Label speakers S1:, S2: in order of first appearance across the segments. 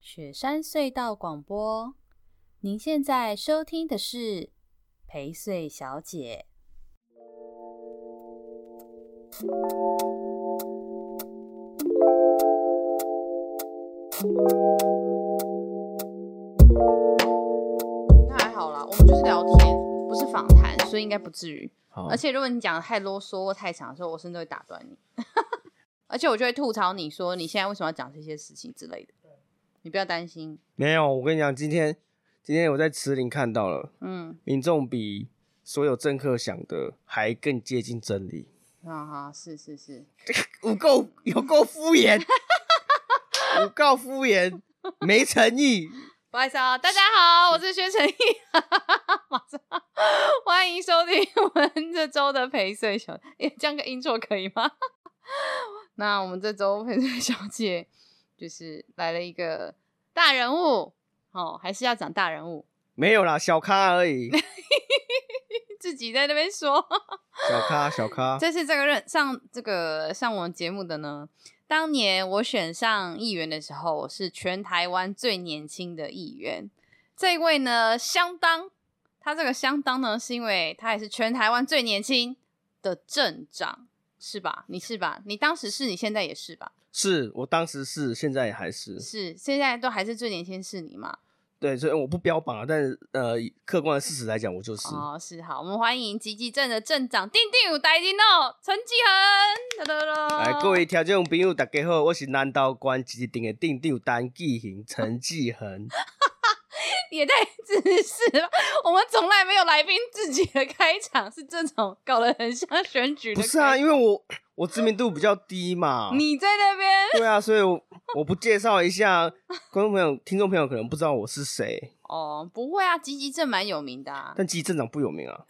S1: 雪山隧道广播。您现在收听的是《陪睡小姐》。那还好啦，我们就是聊天，不是访谈，所以应该不至于。
S2: 好，
S1: 而且如果你讲的太啰嗦或太长的时候，我甚至会打断你， 而且我就会吐槽你说你现在为什么要讲这些事情之类的。你不要担心，
S2: 没有，我跟你讲，今天今天我在池林看到了，
S1: 嗯，
S2: 民众比所有政客想的还更接近真理，
S1: 啊哈，是是是，
S2: 有够有够敷 衍，有够敷衍，没诚意。
S1: 不好意思啊，大家好，我是薛成义， 马上欢迎收听我们这周的陪睡小，哎，这样个音错可以吗？ 那我们这周陪睡小姐就是来了一个大人物，哦，还是要讲大人物，
S2: 没有啦，小咖而已，
S1: 自己在那边说。
S2: 小咖 小咖，
S1: 这次这个任上这个上我们节目的呢，当年我选上议员的时候，我是全台湾最年轻的议员。这一位呢，相当，他这个相当呢，是因为他也是全台湾最年轻的镇长，是吧？你是吧？你当时是你现在也是吧？
S2: 是我当时是，现在也还是，
S1: 是，现在都还是最年轻是你嘛？
S2: 对，所以我不标榜啊，但是呃，以客观的事实来讲，我就是。
S1: 哦，是好，我们欢迎吉吉镇的镇长定定有大金哦，陈继恒，哒哒哒
S2: 来，哎各位听众朋友，大家好，我是南投县一定的定长单继行陈继恒。
S1: 也 太自私了吧！啊我们从来没有来宾自己的开场是这种搞得很像选举的
S2: 不
S1: 开
S2: 是
S1: 场。
S2: 啊，因为我我知名度比较低嘛。
S1: 你在那边
S2: 对啊，所以我我不介绍一下，观众朋友、听众朋友可能不知道我是谁，
S1: 哦，不会啊，吉吉镇蛮有名的、啊。
S2: 但其实镇长不有名啊，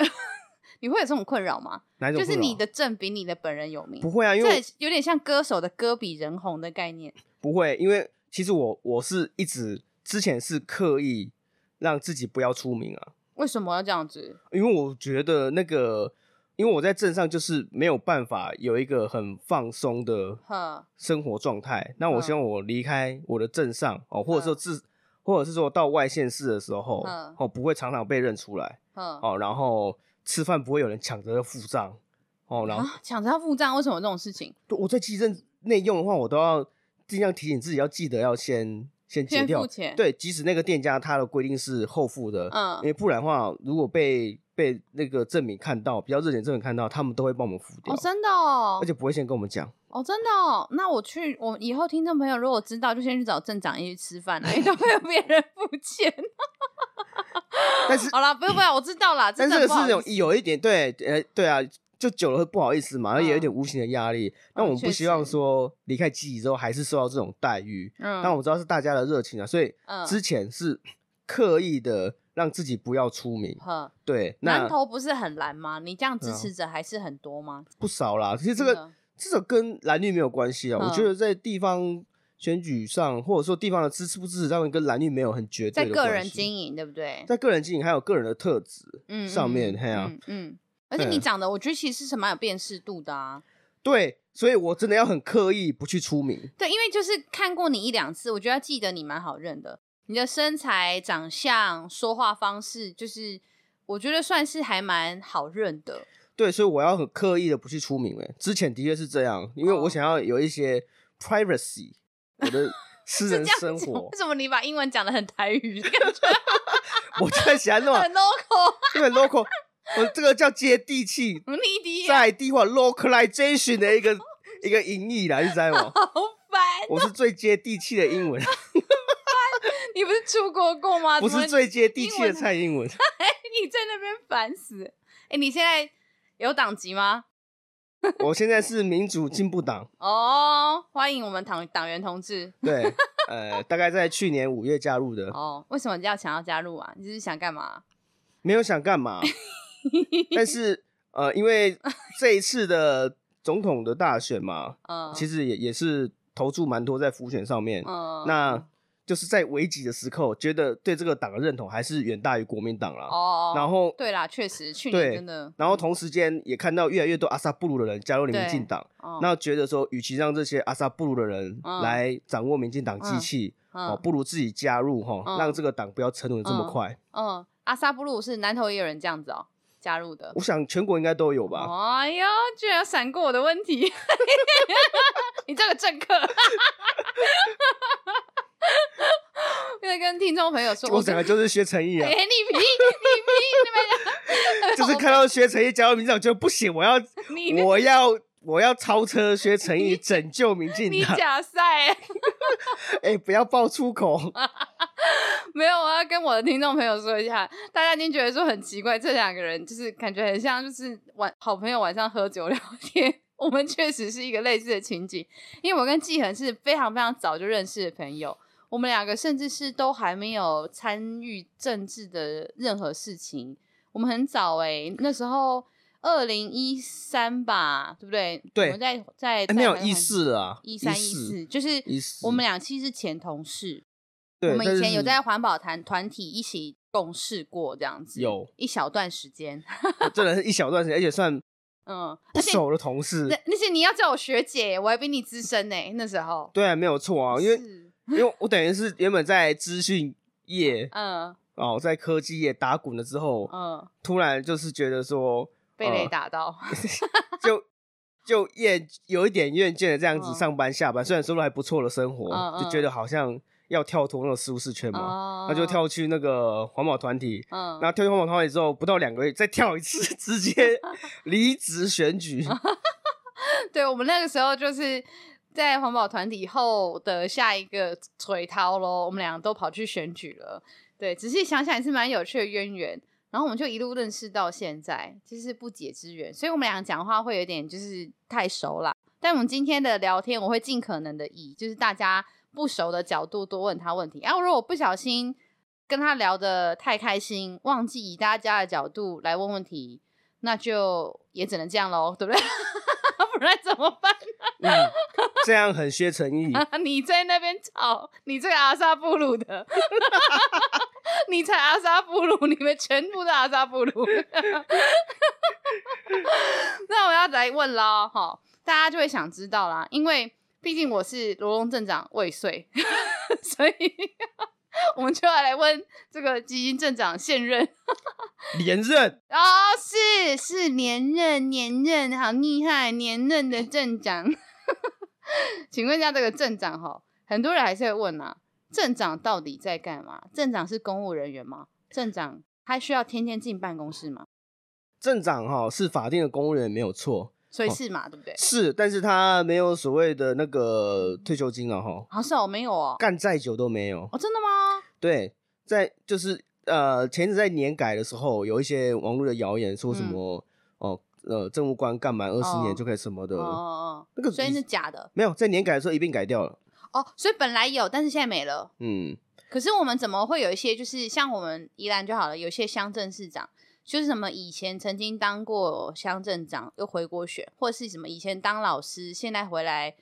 S1: 你会有这种困扰吗？
S2: 哪一种
S1: 就
S2: 不有
S1: 是
S2: 名啊？
S1: 你的镇比你的本人有名
S2: 不，会啊，因为
S1: 这
S2: 我
S1: 有点像歌手的歌比人红的概念。
S2: 不会，因为其实我我是一直之前是刻意让自己不要出名啊，
S1: 为什么要这样子？
S2: 因为我觉得那个，因为我在镇上就是没有办法有一个很放松的
S1: 哼，
S2: 生活状态。那我希望我离开我的镇上哦，或者说
S1: 嗯
S2: 自，或者是说到外县市的时候
S1: 嗯，
S2: 哦，不会常常被认出来
S1: 哼，
S2: 哦，然后吃饭不会有人抢着要付账哦，然后
S1: 啊，抢着要付账，为什么有这种事情？
S2: 我在基镇内用的话，我都要尽量提醒自己要记得要先先结
S1: 先
S2: 掉
S1: 付，钱，，
S2: 对，即使那个店家他的规定是后付的，
S1: 嗯
S2: 因为不然的话，如果被被那个证明看到，比较热点证明看到，他们都会帮我们付掉，
S1: 哦，真的哦，
S2: 而且不会先跟我们讲。
S1: 哦，真的哦，那我去，我以后听众朋友如果知道，就先去找镇长一起吃饭啦，因为都没有别人付 钱。
S2: 但是，
S1: 好啦，不用不用，我知道啦，
S2: 但
S1: 真
S2: 这
S1: 的
S2: 个
S1: 不
S2: 是
S1: 好
S2: 有
S1: 意思
S2: 有一点对，呃，对啊，就久了会不好意思嘛，而且有一
S1: 嗯
S2: 点无形的压力。那、
S1: 嗯
S2: 我们不
S1: 确
S2: 希望
S1: 实
S2: 说离开记忆之后还是受到这种待遇。
S1: 嗯，
S2: 但我知道是大家的热情啊，所以
S1: 嗯
S2: 之前是刻意的让自己不要出名。
S1: 呵，
S2: 对，
S1: 南
S2: 那
S1: 投不是很蓝吗？你这样支
S2: 对啊
S1: 持者还是很多吗？
S2: 不少啦。其实这
S1: 真
S2: 个
S1: 的
S2: 这个跟蓝绿没有关系啊。
S1: 嗯
S2: 我觉得在地方选举上，或者说地方的支持不支持上面，跟蓝绿没有很绝
S1: 在
S2: 对的
S1: 个人
S2: 关系
S1: 经营，对不对？
S2: 在个人经营还有个人的特质。
S1: 嗯，
S2: 上面
S1: 嗯
S2: 嘿啊
S1: 嗯嗯，而且
S2: 对
S1: 你
S2: 啊
S1: 长得，我觉得其实是蛮有辨识度的啊。
S2: 对，所以我真的要很刻意不去出名。
S1: 对，因为就是看过你一两次，我觉得记得你蛮好认的。你的身材、长相、说话方式，就是我觉得算是还蛮好认的。
S2: 对，所以我要很刻意的不去出名、欸。之前的确是这样，因为
S1: 哦
S2: 我想要有一些 privacy，我的私
S1: 是
S2: 人
S1: 这样
S2: 生
S1: 子吗，
S2: 活
S1: 为，什么你把英文讲的很台 语，感觉
S2: 我就在想那
S1: 很 local？
S2: 因为 local，我这个叫接 地气、
S1: 你第一
S2: 在地化 localization 的一个一个音译啦，你知道吗？
S1: 好烦，
S2: 我是最接地气的英文，
S1: 你不是出国过吗？
S2: 不
S1: 啊怎么
S2: 是最接地气的蔡英文。
S1: 你在那边烦死。哎、你现在有党籍吗？
S2: 我现在是民主进步党，
S1: 哦，欢迎我们党党员同志。
S2: 对，呃，大概在去年五月加入的，
S1: 哦，为什么你要想要加入啊？你是想干嘛？
S2: 没有想干 嘛，但是呃，因为这一次的总统的大选嘛，
S1: 嗯，
S2: 其
S1: 实，
S2: 实也也是投注蛮多在浮选上面，
S1: 嗯，
S2: 那就是在危急的时刻，觉得对这个党的认同还是远大于国民党啦。
S1: 哦，
S2: 然后，
S1: 对啦，确实去
S2: 对
S1: 年真的，
S2: 然后同时间也看到越来越多阿萨布鲁的人加入了民进党，
S1: 哦
S2: 那觉得说，与其让这些阿萨布鲁的人
S1: 嗯
S2: 来掌握民进党机器，哦，
S1: 嗯
S2: 不如自己加入哈，
S1: 嗯
S2: 让这个党不要沉沦得这么快。
S1: 嗯，阿萨布鲁是南投也有人这样子哦加入的
S2: 我，想全国应该都有吧。
S1: 哎呦，居然有闪过我的问题！ 你这个政客， 因为跟听众朋友说，
S2: 我
S1: 跟
S2: 整个就是薛成义
S1: 哎、
S2: 啊，
S1: 你比你比 你们
S2: 就是看到薛成义加入民进党，就不行，我要
S1: 你那
S2: 我要我要超车薛成义，拯救民进
S1: 你
S2: 党。
S1: 假赛，
S2: 哎、不要爆粗口，
S1: 啊没有，我要跟我的听众朋友说一下，大家一定觉得说很奇怪，这两个人就是感觉很像，就是晚好朋友晚上喝酒聊天。 我们确实是一个类似的情景，因为我跟季恒是非常非常早就认识的朋友，我们两个甚至是都还没有参与政治的任何事情，我们很早哎、那时候二零一三吧，对不对？
S2: 对
S1: 我们在在
S2: 哎没有意思啊，
S1: 一三一
S2: 四
S1: 四，就是
S2: 一四
S1: 我们俩其实是前同事，
S2: 对
S1: 我们
S2: 但
S1: 以
S2: 是
S1: 前有在环保团团体一起共事过这样子，
S2: 有
S1: 一小段时间，
S2: 真的是一小段时间，而 且算
S1: 嗯，
S2: 不熟的同事
S1: 那。那些你要叫我学姐，我还比你资深呢、那时候，
S2: 对啊，没有错啊，因为
S1: 是
S2: 因为我等于是原本在资讯业
S1: 嗯
S2: 哦，在科技业打滚了之后，
S1: 嗯，
S2: 突然就是觉 得说，
S1: 被
S2: 呃
S1: 雷打到，
S2: 就就厌有一点厌倦的这样子
S1: 嗯
S2: 上班下班，虽然收入还不错的生
S1: 嗯
S2: 活，
S1: 嗯
S2: 就觉得好像要跳脱那种舒适圈嘛，
S1: 哦
S2: 那就，跳去那个环保团体。
S1: 嗯
S2: 然，后跳去环保团体之后，不到两个月再跳一次， 直接 离职选举。嗯
S1: 对我们那个时候就是。在环保团体后的下一个锤涛喽，我们俩都跑去选举了。对，仔细想想也是蛮有趣的渊源。然后我们就一路认识到现在，就是不解之缘。所以我们俩讲话会有点就是太熟啦。但我们今天的聊天，我会尽可能的以就是大家不熟的角度多问他问题。然、啊、后如果不小心跟他聊的太开心，忘记以大家的角度来问问题，那就也只能这样喽，对不对？ 不然怎么办？啊
S2: 嗯，这样很薛 成义。
S1: 你在那边吵，你这个阿萨布鲁的， 你才阿萨布鲁，你们全部都阿萨布鲁。 那我要来问啦，哈，大家就会想知道啦，因为毕竟我是罗龙镇长未遂， 所以 我们就要来问这个基金镇长现任
S2: 连任，
S1: 哦，是是连任连任，好厉害，连任的镇长。 请问一下，这个镇长哈，很多人还是会问啊，镇长到底在干嘛？镇长是公务人员吗？镇长他需要天天进办公室吗？
S2: 镇长哈、是法定的公务人员没有错，
S1: 所以是嘛，对不对？
S2: 是，但是他没有所谓的那个退休金了哈，
S1: 好是哦，没有哦，
S2: 干再久都没有。
S1: 哦，真的吗？
S2: 对，在就是呃，前阵在年改的时候，有一些网络的谣言说什么哦、呃，政务官干满二十年
S1: 嗯哦
S2: 就可以什么的，
S1: 哦哦
S2: 那个
S1: 哦，所以
S2: 已
S1: 是假的
S2: 没有在年改的时候一并改掉了。
S1: 哦，所以本来有，但是现在没了。
S2: 嗯，
S1: 可是我们怎么会有一些，就是像我们宜兰就好了，有些乡镇市长，就是什么以前曾经当过乡镇长，又回国选，或是什么以前当老师，现在回来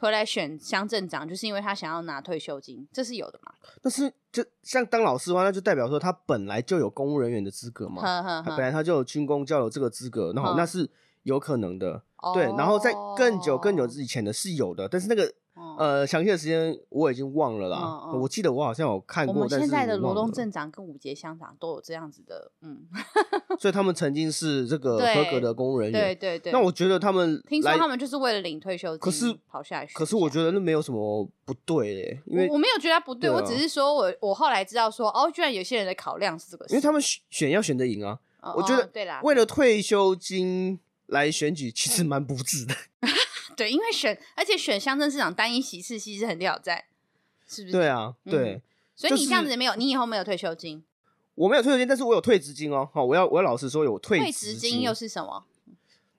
S1: 回来选乡镇长，就是因为他想要拿退休金，这是有的嘛？
S2: 但是就像当老师的话，那就代表说他本来就有公务人员的资格嘛，
S1: 呵呵
S2: 他
S1: 呵
S2: 本来他就有军工教有这个资格，那好，
S1: 嗯
S2: 那是有可能的。
S1: 哦
S2: 对，然后在更久更久之前的是有的，但是那个
S1: 哦
S2: 呃详细的时间我已经忘了啦。
S1: 嗯嗯
S2: 我记得我好像有看
S1: 我
S2: 过，
S1: 们
S2: 但
S1: 现
S2: 是
S1: 在的
S2: 我
S1: 罗
S2: 忘
S1: 东
S2: 了
S1: 镇长跟五节乡长都有这样子的，嗯，
S2: 所以他们曾经是这个
S1: 对
S2: 合格的公务人
S1: 对
S2: 员。
S1: 对对。
S2: 啊那我觉得他们
S1: 听说
S2: 来
S1: 他，们就是为了领退休金，
S2: 可是
S1: 跑下来选一下。
S2: 可是我觉得那没有什么不对嘞，因为
S1: 我我没有觉得他不对，
S2: 对啊
S1: 我只是说我我后来知道说，哦，居然有些人的考量是这个事，
S2: 因为他们选选要选得赢啊，
S1: 哦
S2: 我觉得
S1: 哦对啦，
S2: 为了退休金来选举其实蛮不
S1: 嗯
S2: 智的。
S1: 对，因为选而且选乡镇市长单一席次其实很挑战，是不是？
S2: 对，啊，对
S1: 嗯。所以你
S2: 就是
S1: 这样子没有，你以后没有退休金，
S2: 我没有退休金，但是我有退职金哦。好，我要我要老实说，有退
S1: 退
S2: 职
S1: 职金又是什么？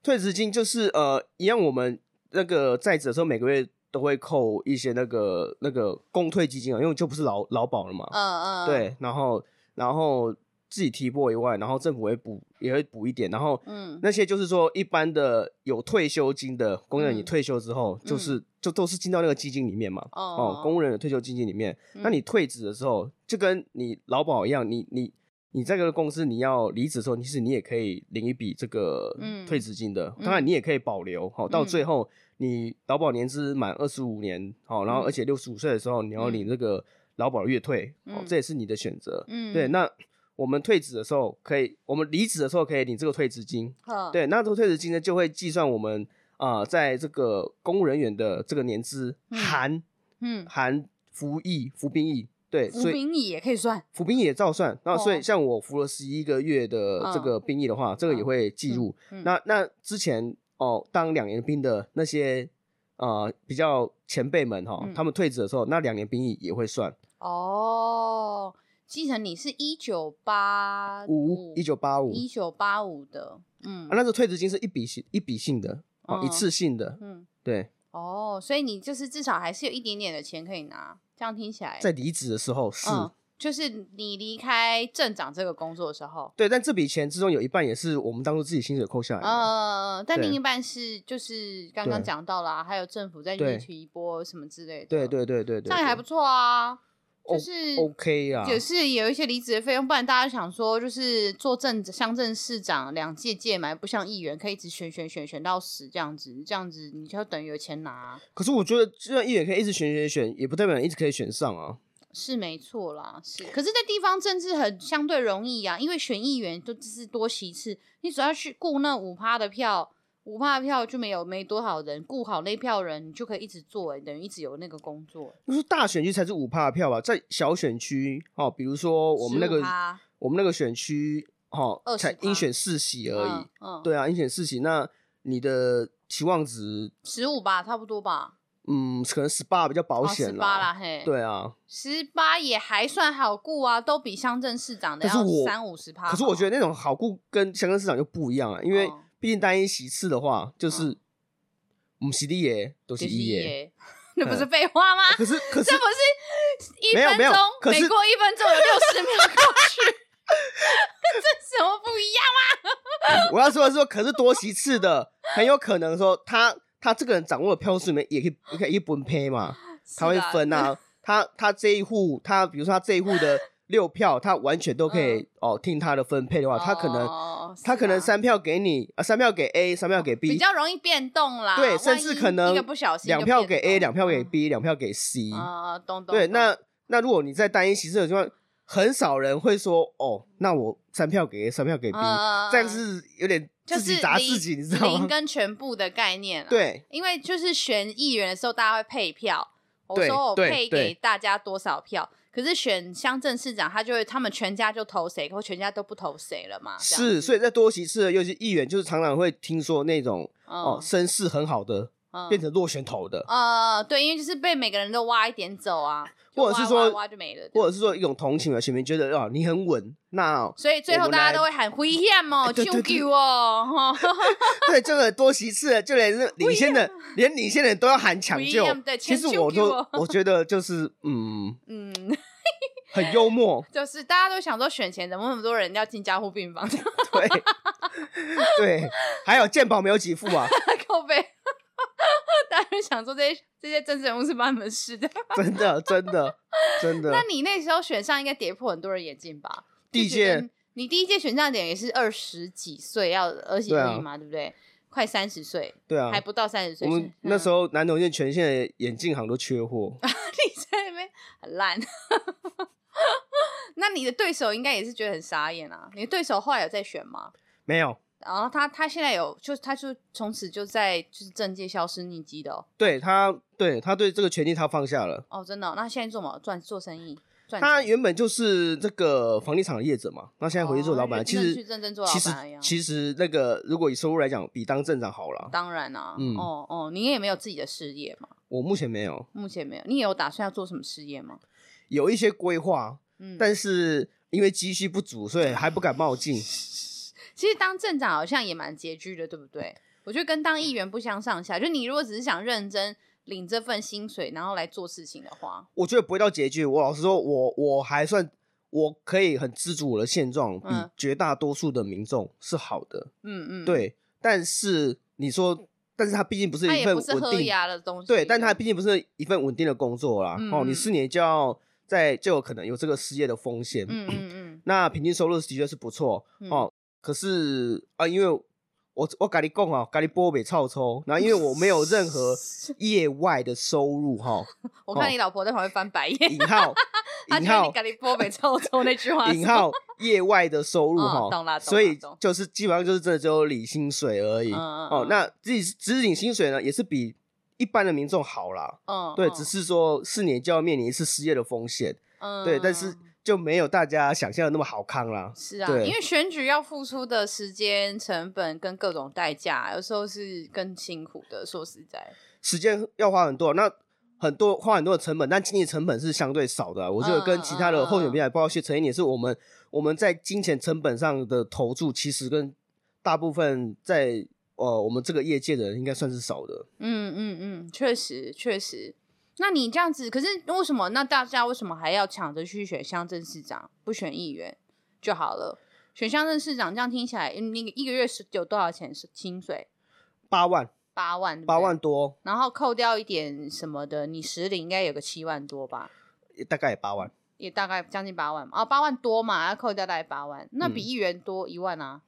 S2: 退职金就是呃，一样我们那个在职的时候，每个月都会扣一些那个那个公退基金啊，因为就不是劳劳保了嘛。
S1: 嗯嗯，嗯，
S2: 对，然后然后自己提拨以外，然后政府会补也会补一点，然后
S1: 嗯
S2: 那些就是说一般的有退休金的工人，你
S1: 嗯
S2: 退休之后就是、就都是进到那个基金里面嘛。哦
S1: 哦，
S2: 公务人的退休基金里面，那
S1: 嗯
S2: 你退职的时候，就跟你劳保一样，你你你在这个公司你要离职的时候，其实你也可以领一笔这个
S1: 嗯
S2: 退职金的，当然你也可以保留，好、到
S1: 嗯
S2: 最后你劳保年资满二十五年，好、然后
S1: 嗯
S2: 而且六十五岁的时候你要领这个劳保月退，哦、
S1: 嗯
S2: 这也是你的选择。
S1: 嗯
S2: 对，那我们退职的时候可以，我们离职的时候可以领这个退职金，
S1: 呵
S2: 对，那这个退职金呢就会计算我们啊、呃在这个公务人员的这个年资
S1: 嗯
S2: 含。
S1: 嗯，
S2: 含服役、服兵役，对，
S1: 服
S2: 所以
S1: 兵役也可以算
S2: 服兵役也照算。那所
S1: 哦
S2: 以像我服了十一个月的这个兵役的话，这个也会计入。
S1: 嗯
S2: 那那之前哦，当两年兵的那些呃比较前辈们哈、
S1: 嗯
S2: 他们退职的时候，那两年兵役也会算
S1: 哦。继承你是一九八
S2: 五一九八五。
S1: 呃一九八五的，嗯
S2: 啊，那时候退职金是一笔性一笔性的哦，
S1: 嗯
S2: 一次性的，
S1: 嗯
S2: 对，
S1: 哦，所以你就是至少还是有一点点的钱可以拿，这样听起来
S2: 在离职的时候是。
S1: 哎嗯，就是你离开镇长这个工作的时候，
S2: 对，但这笔钱之中有一半也是我们当初自己薪水扣下来的。
S1: 呃，但
S2: 对
S1: 另一半是就是刚刚
S2: 对
S1: 讲到啦，还有政府在
S2: 对
S1: 提取一波什么之类的，
S2: 对对对对对，
S1: 这样也还不
S2: 对
S1: 错啊，
S2: 哦
S1: 就是。
S2: OK 啊，
S1: 也是有一些离职的费用，不然大家想说，就是做镇乡镇市长两届届嘛，不像议员可以一直选选选选到死这样子，这样子你就等于有钱拿啊、
S2: 可是我觉得，就算议员可以一直选选选，也不代表你一直可以选上啊。
S1: 是没错啦，是。可是，在地方政治很相对容易啊呀、因为选议员都只是多席次，你只要去顾那五趴的票，五趴的票就没有没多少人，顾好那票人，你就可以一直做、欸，等于一直有那个工作。
S2: 就是大选区才是五趴的票吧，在小选区哦，比如说我们那个
S1: 15%
S2: 我们那个选区哦，
S1: 20%
S2: 才应选四席而已。，
S1: 嗯，嗯，
S2: 对啊，应选四席，那你的期望值，
S1: 十五吧，差不多吧，哦
S2: 嗯，可能十八比较保
S1: 十
S2: 险
S1: 八啦，哎嘿，，
S2: 对啊，
S1: 十八也还算好顾啊，都比乡镇市长的
S2: 可是
S1: 要
S2: 我
S1: 三五十趴。
S2: 可是我觉
S1: 得，
S2: 得那种好故跟香港市场就不一样啊，因为
S1: 嗯
S2: 毕竟单一席次的话，就是
S1: 嗯
S2: 我们席地也都是
S1: 就是
S2: 一耶。啊
S1: 耶， 那不是废话吗？
S2: 可是可是
S1: 这不是一
S2: 没有
S1: 分
S2: 没有
S1: 钟，
S2: 可是
S1: 每过一分钟有六十秒过 去，这什么不一样？
S2: 我要说的是说，可是多席次的，很有可能说他他这个人掌握的票数里面也可以也可以也可以分配嘛，他会
S1: 是啦
S2: 分啊，他他这一户他比如说他这一户的六票，他完全都可以、
S1: 嗯
S2: 哦听他的分配的话，他可能、
S1: 哦
S2: 他可能
S1: 是啦
S2: 三票给你，啊三票给 A，三票给
S1: 比
S2: B，
S1: 较容易变动啦，
S2: 对，
S1: 万
S2: 甚至
S1: 一
S2: 可能
S1: 一个不小心就
S2: 两票
S1: 变
S2: 给 A，
S1: 动
S2: 两票给 B，两票给 C，、
S1: 嗯啊，懂懂
S2: 对，
S1: 懂
S2: 那那如果你在单一席次的情况，很少人会说哦，那我三票给 A，三票给 B，、
S1: 嗯
S2: 这样是有点
S1: 就
S2: 自己
S1: 是
S2: 砸
S1: 零
S2: 自己，你知道
S1: 零
S2: 吗？
S1: 跟全部的概念，，
S2: 对，
S1: 因为就是选议员的时候，大家会配票，我
S2: 对
S1: 说我
S2: 对
S1: 配
S2: 对
S1: 给大家多少票。可是选乡镇市长，他就会他们全家就投谁，或全家都不投谁了嘛？这样
S2: 是，
S1: 子
S2: 所以在多席次的，尤其议员，就是常常会听说那种哦身世很好的
S1: 嗯
S2: 变成落选头的，
S1: 呃，对，因为就是被每个人都挖一点走啊，就
S2: 或者是
S1: 挖
S2: 说
S1: 挖挖就没了，
S2: 或者是说一种同情的选民觉得啊你很稳，那哦
S1: 所以最后
S2: 我
S1: 大家
S2: 来嗯哎
S1: 都会喊危险哦，
S2: 对对
S1: 救
S2: 对
S1: 救哦，
S2: 对这个多席次的，就连是领先的，连领先的人都要喊抢
S1: 不一
S2: 救
S1: 样对。
S2: 其
S1: 抢
S2: 实
S1: 救
S2: 我
S1: 给
S2: 都
S1: 我
S2: 我觉得就是嗯
S1: 嗯，
S2: 很幽 默，
S1: 就是大家都想说选前怎么那么多人要进加护病房，
S2: 对对，还有健保没有给付啊，
S1: 靠背， 大家就想说这些这些政治人物是帮你们试的。
S2: 真的真的真的
S1: 那，你那时候选上应该跌破很多人眼镜吧？
S2: 地
S1: 就觉
S2: 界
S1: 得你第一届选上点也是二十几岁，要二十几
S2: 对啊
S1: 岁嘛，对不对？快三十岁，
S2: 对啊
S1: 还。不到三十岁嗯
S2: 我
S1: 选上。
S2: 们那时候南投县全县的眼镜行都缺 货，
S1: 你在那边很烂。 那你的对手应该也是觉得很傻眼啊！你的对手后来有在选吗？
S2: 没有，
S1: 然后他他现在有，就他就从此就在就是政界销声匿迹的哦。
S2: 对他，对他对这个权利他放下了。
S1: 哦，真的哦、那现在做什么赚做生意赚
S2: 他
S1: 钱
S2: 原本就是这个房地产的业者嘛，那现在回去做老板，
S1: 哦
S2: 其
S1: 认去
S2: 实
S1: 认真做老
S2: 其实
S1: 板一样。啊
S2: 其实那个如果以收入来讲，比当镇长好了。
S1: 当然啊，
S2: 嗯
S1: 哦哦，你也没有自己的事业嘛，
S2: 我目前没有，
S1: 目前没有。你也有打算要做什么事业吗？
S2: 有一些规划，
S1: 嗯，
S2: 但是因为积蓄不足，所以还不敢 冒进。
S1: 其实当镇长好像也蛮拮据的，对不对？我觉得跟当议员不相上下。就你如果只是想认真领这份薪水，然后来做事情的话，
S2: 我觉得不会到拮据。我老实说，我我还算我可以很知足我的现状，比
S1: 嗯
S2: 绝大多数的民众是好的。
S1: 嗯嗯，，
S2: 对，但是你说，但是它毕竟不是
S1: 他
S2: 一
S1: 也
S2: 份
S1: 不是
S2: 稳
S1: 喝
S2: 定，
S1: 牙的东西，啊
S2: 对，但它毕竟不是一份稳定的工作啦。哦，
S1: 嗯
S2: 你四年就要在就有可能有这个失业的风险。
S1: 嗯嗯嗯
S2: 那平均收入的确是不错、
S1: 嗯
S2: 哦，可是啊，因为我我跟你讲啊，跟你波北臭抽，然后因为我没有 任何业外的收入哈、
S1: 嗯，我看你老婆在旁边翻白眼，
S2: 哦引号
S1: 她
S2: 引
S1: 觉得
S2: 号
S1: 你咖喱波北臭臭那句话是，
S2: 引号业外的收入
S1: 哦
S2: 哈、
S1: 懂啦懂啦
S2: 所以
S1: 懂
S2: 就是基本上就是真的只有领薪水而已。
S1: 嗯嗯
S2: 哦
S1: 嗯，
S2: 那自己只领薪水呢，也是比一般的民众好啦。
S1: 嗯，
S2: 对，
S1: 嗯
S2: 只是说四年就要面临一次失业的风险，
S1: 嗯，
S2: 对，但是就没有大家想象的那么好康啦。
S1: 是啊，
S2: 对
S1: 因为选举要付出的时间成本跟各种代价，有时候是更辛苦的。说实在，
S2: 时间要花很多，那很多花很多的成本，但经济成本是相对少的啊。我觉得跟其他的候
S1: 嗯
S2: 选比来，包括谢陈一也是我们我们在金钱成本上的投注，其实跟大部分在呃我们这个业界的人应该算是少的。
S1: 嗯嗯嗯，确实确实。那你这样子，可是为什么？那大家为什么还要抢着去选乡镇市长，不选议员就好了？选乡镇市长，这样听起来，嗯你一个月是有多少钱是薪水？
S2: 八万
S1: 八万，嗯对不对
S2: 八万，多，
S1: 然后扣掉一点什么的，你实领应该有个七万多吧？
S2: 大概也八万，
S1: 也大概将近八万嘛，啊、八万多嘛，要扣掉大概八万，那比
S2: 嗯
S1: 议员多一万啊。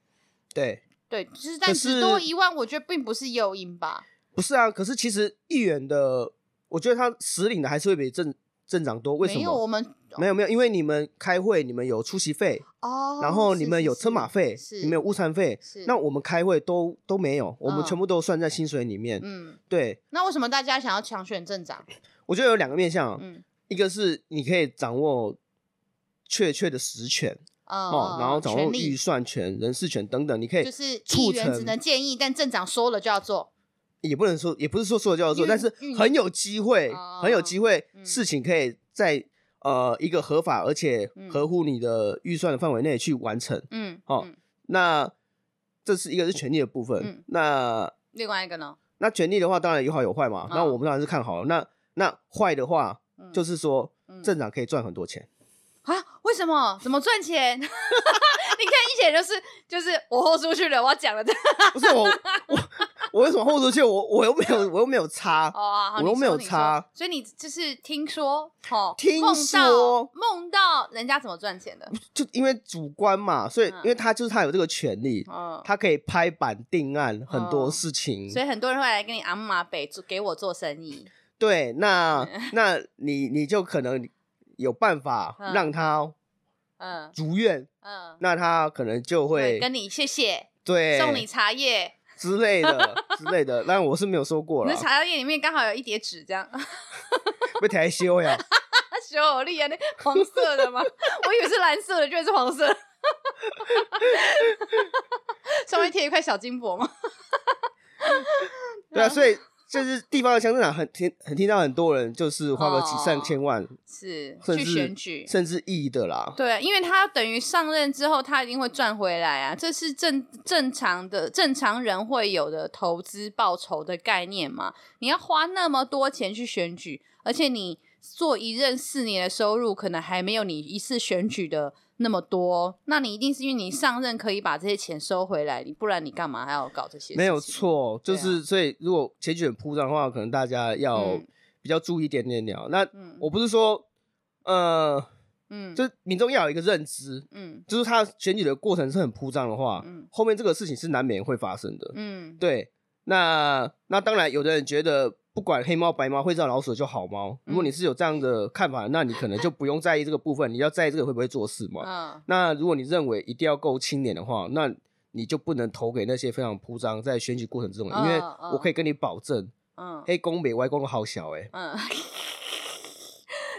S2: 对。
S1: 对，就是但只
S2: 是
S1: 多一万，我觉得并不是诱因吧。
S2: 不是啊，可是其实议员的，我觉得他实领的还是会比正正长多，为什
S1: 没有
S2: 么？
S1: 我们
S2: 没有没有，因为你们开会，你们有出席费，
S1: 哦，
S2: 然后你
S1: 是
S2: 们
S1: 是
S2: 有车马费
S1: 是，
S2: 你们有误餐费，
S1: 是
S2: 那我们开会都都没有，我们
S1: 嗯
S2: 全部都算在薪水里面。
S1: 嗯，
S2: 对，
S1: 那为什么大家想要强选镇长？
S2: 我觉得有两个面向啊，
S1: 嗯
S2: 一个是你可以掌握确切的实权
S1: 哦
S2: 哦，然后掌握
S1: 权
S2: 预
S1: 力
S2: 算权、人事权等等，你可以
S1: 就是议
S2: 促
S1: 员只
S2: 成
S1: 能建议，但镇长说了就要做。
S2: 也不能说，也不是说说叫做，
S1: 运
S2: 但是
S1: 运
S2: 很有机会，
S1: 哦
S2: 很有机会，
S1: 嗯
S2: 事情可以在呃一个合法而且
S1: 嗯
S2: 合乎你的预算的范围内去完成。
S1: 嗯，
S2: 哦
S1: 嗯，
S2: 那这是一个是权利的部分，
S1: 嗯
S2: 那
S1: 另外一个呢？
S2: 那权利的话，当然有好有坏嘛。那
S1: 哦
S2: 我们当然是看好了。那那坏的话，
S1: 嗯
S2: 就是说
S1: 嗯
S2: 镇长可以赚很多钱。
S1: 啊，为什么？怎么赚钱？ 你看一眼就是就是我豁出去了，我要讲了 这
S2: 不是我 我我为什么豁出去？我我又没有我又没有差。
S1: 哦，啊好
S2: 我
S1: 你
S2: 又
S1: 说
S2: 没有
S1: 你说
S2: 差
S1: 所以你就是听说哦，
S2: 听
S1: 梦到
S2: 说
S1: 梦到人家怎么赚 钱的，
S2: 就因为主观嘛，所以
S1: 嗯
S2: 因为他就是他有这个权利，
S1: 嗯，
S2: 他可以拍板定案很
S1: 哦
S2: 多事情。
S1: 所以很多人会来跟你阿妈北做给我做生意，
S2: 对， 那那你你就可能有办法
S1: 嗯
S2: 让他
S1: 嗯
S2: 如愿，
S1: 嗯，
S2: 那他可能就会
S1: 跟你谢谢，
S2: 对
S1: 送你茶叶，
S2: 之类的之类的。但我是没有说过
S1: 你
S2: 啦
S1: 的，茶叶里面刚好有一叠纸，这样，
S2: 被抬修呀。
S1: 它修有力啊，那黄色的吗？ 我以为是蓝色的，居然是黄色 的，上面贴一块小金箔吗？
S2: 对啊，所以就是地方的乡镇长很听很听到很多人就是花个几上千
S1: 哦
S2: 万，
S1: 是
S2: 甚
S1: 去
S2: 至
S1: 选举，
S2: 甚至亿的啦。
S1: 对，因为他等于上任之后，他一定会赚回来啊，这是正正常的正常人会有的投资报酬的概念嘛。你要花那么多钱去选举，而且你做一任四年的收入，可能还没有你一次选举的那么多，那你一定是因为你上任可以把这些钱收回来，你不然你干嘛还要搞这些事情？
S2: 没有错，就
S1: 对啊
S2: 是、所以如果前选铺张的话，可能大家要
S1: 嗯
S2: 比较注意一点点了。那
S1: 嗯，
S2: 我不是说，呃，
S1: 嗯
S2: 就是民众要有一个认知，
S1: 嗯
S2: 就是他选举的过程是很铺张的话，
S1: 嗯
S2: 后面这个事情是难免会发生的。
S1: 嗯，
S2: 对，那那当然，有的人觉得不管黑猫白猫，会照老鼠就好猫。如果
S1: 嗯
S2: 你是有这样的看法，那你可能就不用在意这个部分，你要在意这个会不会做事嘛。
S1: 嗯
S2: 那如果你认为一定要够清廉的话，那你就不能投给那些非常铺张在选举过程中的，因为
S1: 嗯嗯
S2: 我可以跟你保证，
S1: 嗯。
S2: 黑公美歪公都好小哎、欸。
S1: 嗯，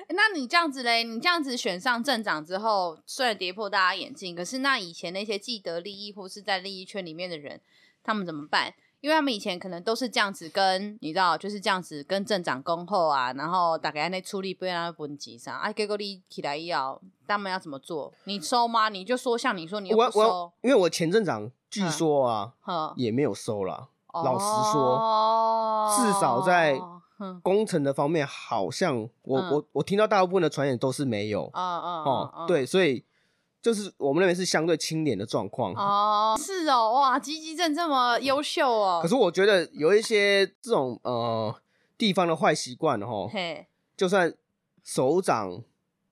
S1: 那你这样子嘞，你这样子选上镇长之后，虽然跌破大家眼镜，可是那以前那些既得利益或是在利益圈里面的人，他们怎么办？因为他们以前可能都是这样子跟你知道，就是这样子跟镇长恭候啊，然后大概那处理不要让分级上啊，结果你起来要他们要怎么做？你收吗？你就说像你说你又
S2: 我
S1: 不
S2: 我
S1: 收，
S2: 因为我前镇长据
S1: 嗯
S2: 说啊、
S1: 呵，
S2: 也没有收啦，
S1: 哦嗯
S2: 老实说至少在
S1: 哼，
S2: 工程的方面，好像我、
S1: 嗯
S2: 我我听到大部分的传言都是没有
S1: 哦哦
S2: 哦，，对，所以就是我们那边是相对清廉的状况。
S1: 哦，是哦，哇，吉吉镇这么优秀哦，
S2: 可是我觉得有一些这种呃地方的坏习惯哦，
S1: 嘿，
S2: 就算首长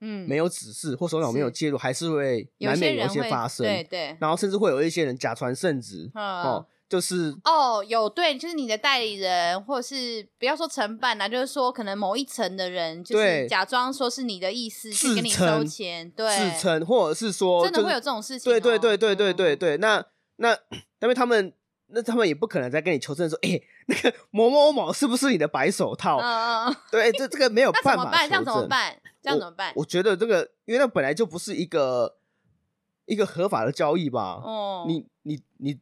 S1: 嗯，
S2: 没有指示或首长没有
S1: 是
S2: 介入，还是会
S1: 有
S2: 难
S1: 些
S2: 免有
S1: 人
S2: 一些
S1: 会
S2: 发生。
S1: 对对，
S2: 然后甚至会有一些人假传圣旨
S1: 嗯
S2: 哦，，就是
S1: 哦，有对，就是你的代理人，或者是不要说承办啦，就是说可能某一层的人，就是
S2: 对
S1: 假装说是你的意思，去
S2: 自
S1: 跟你
S2: 称
S1: 收钱，对，
S2: 自称，或者是说
S1: 真的
S2: 就是
S1: 会有这种事情、哦，
S2: 对对对对对对
S1: 嗯，
S2: 对，那那因为他们那他们也不可能再跟你求证说，哎、那个某某某是不是你的白手套？
S1: 嗯嗯嗯，
S2: 对，这这个没有
S1: 那
S2: 办
S1: 怎么
S2: 哦法
S1: 办？
S2: 求
S1: 这样怎么
S2: 证。
S1: 办？这样怎么办？
S2: 我觉得这个，因为那本来就不是一个一个合法的交易吧？
S1: 哦，
S2: 你你你，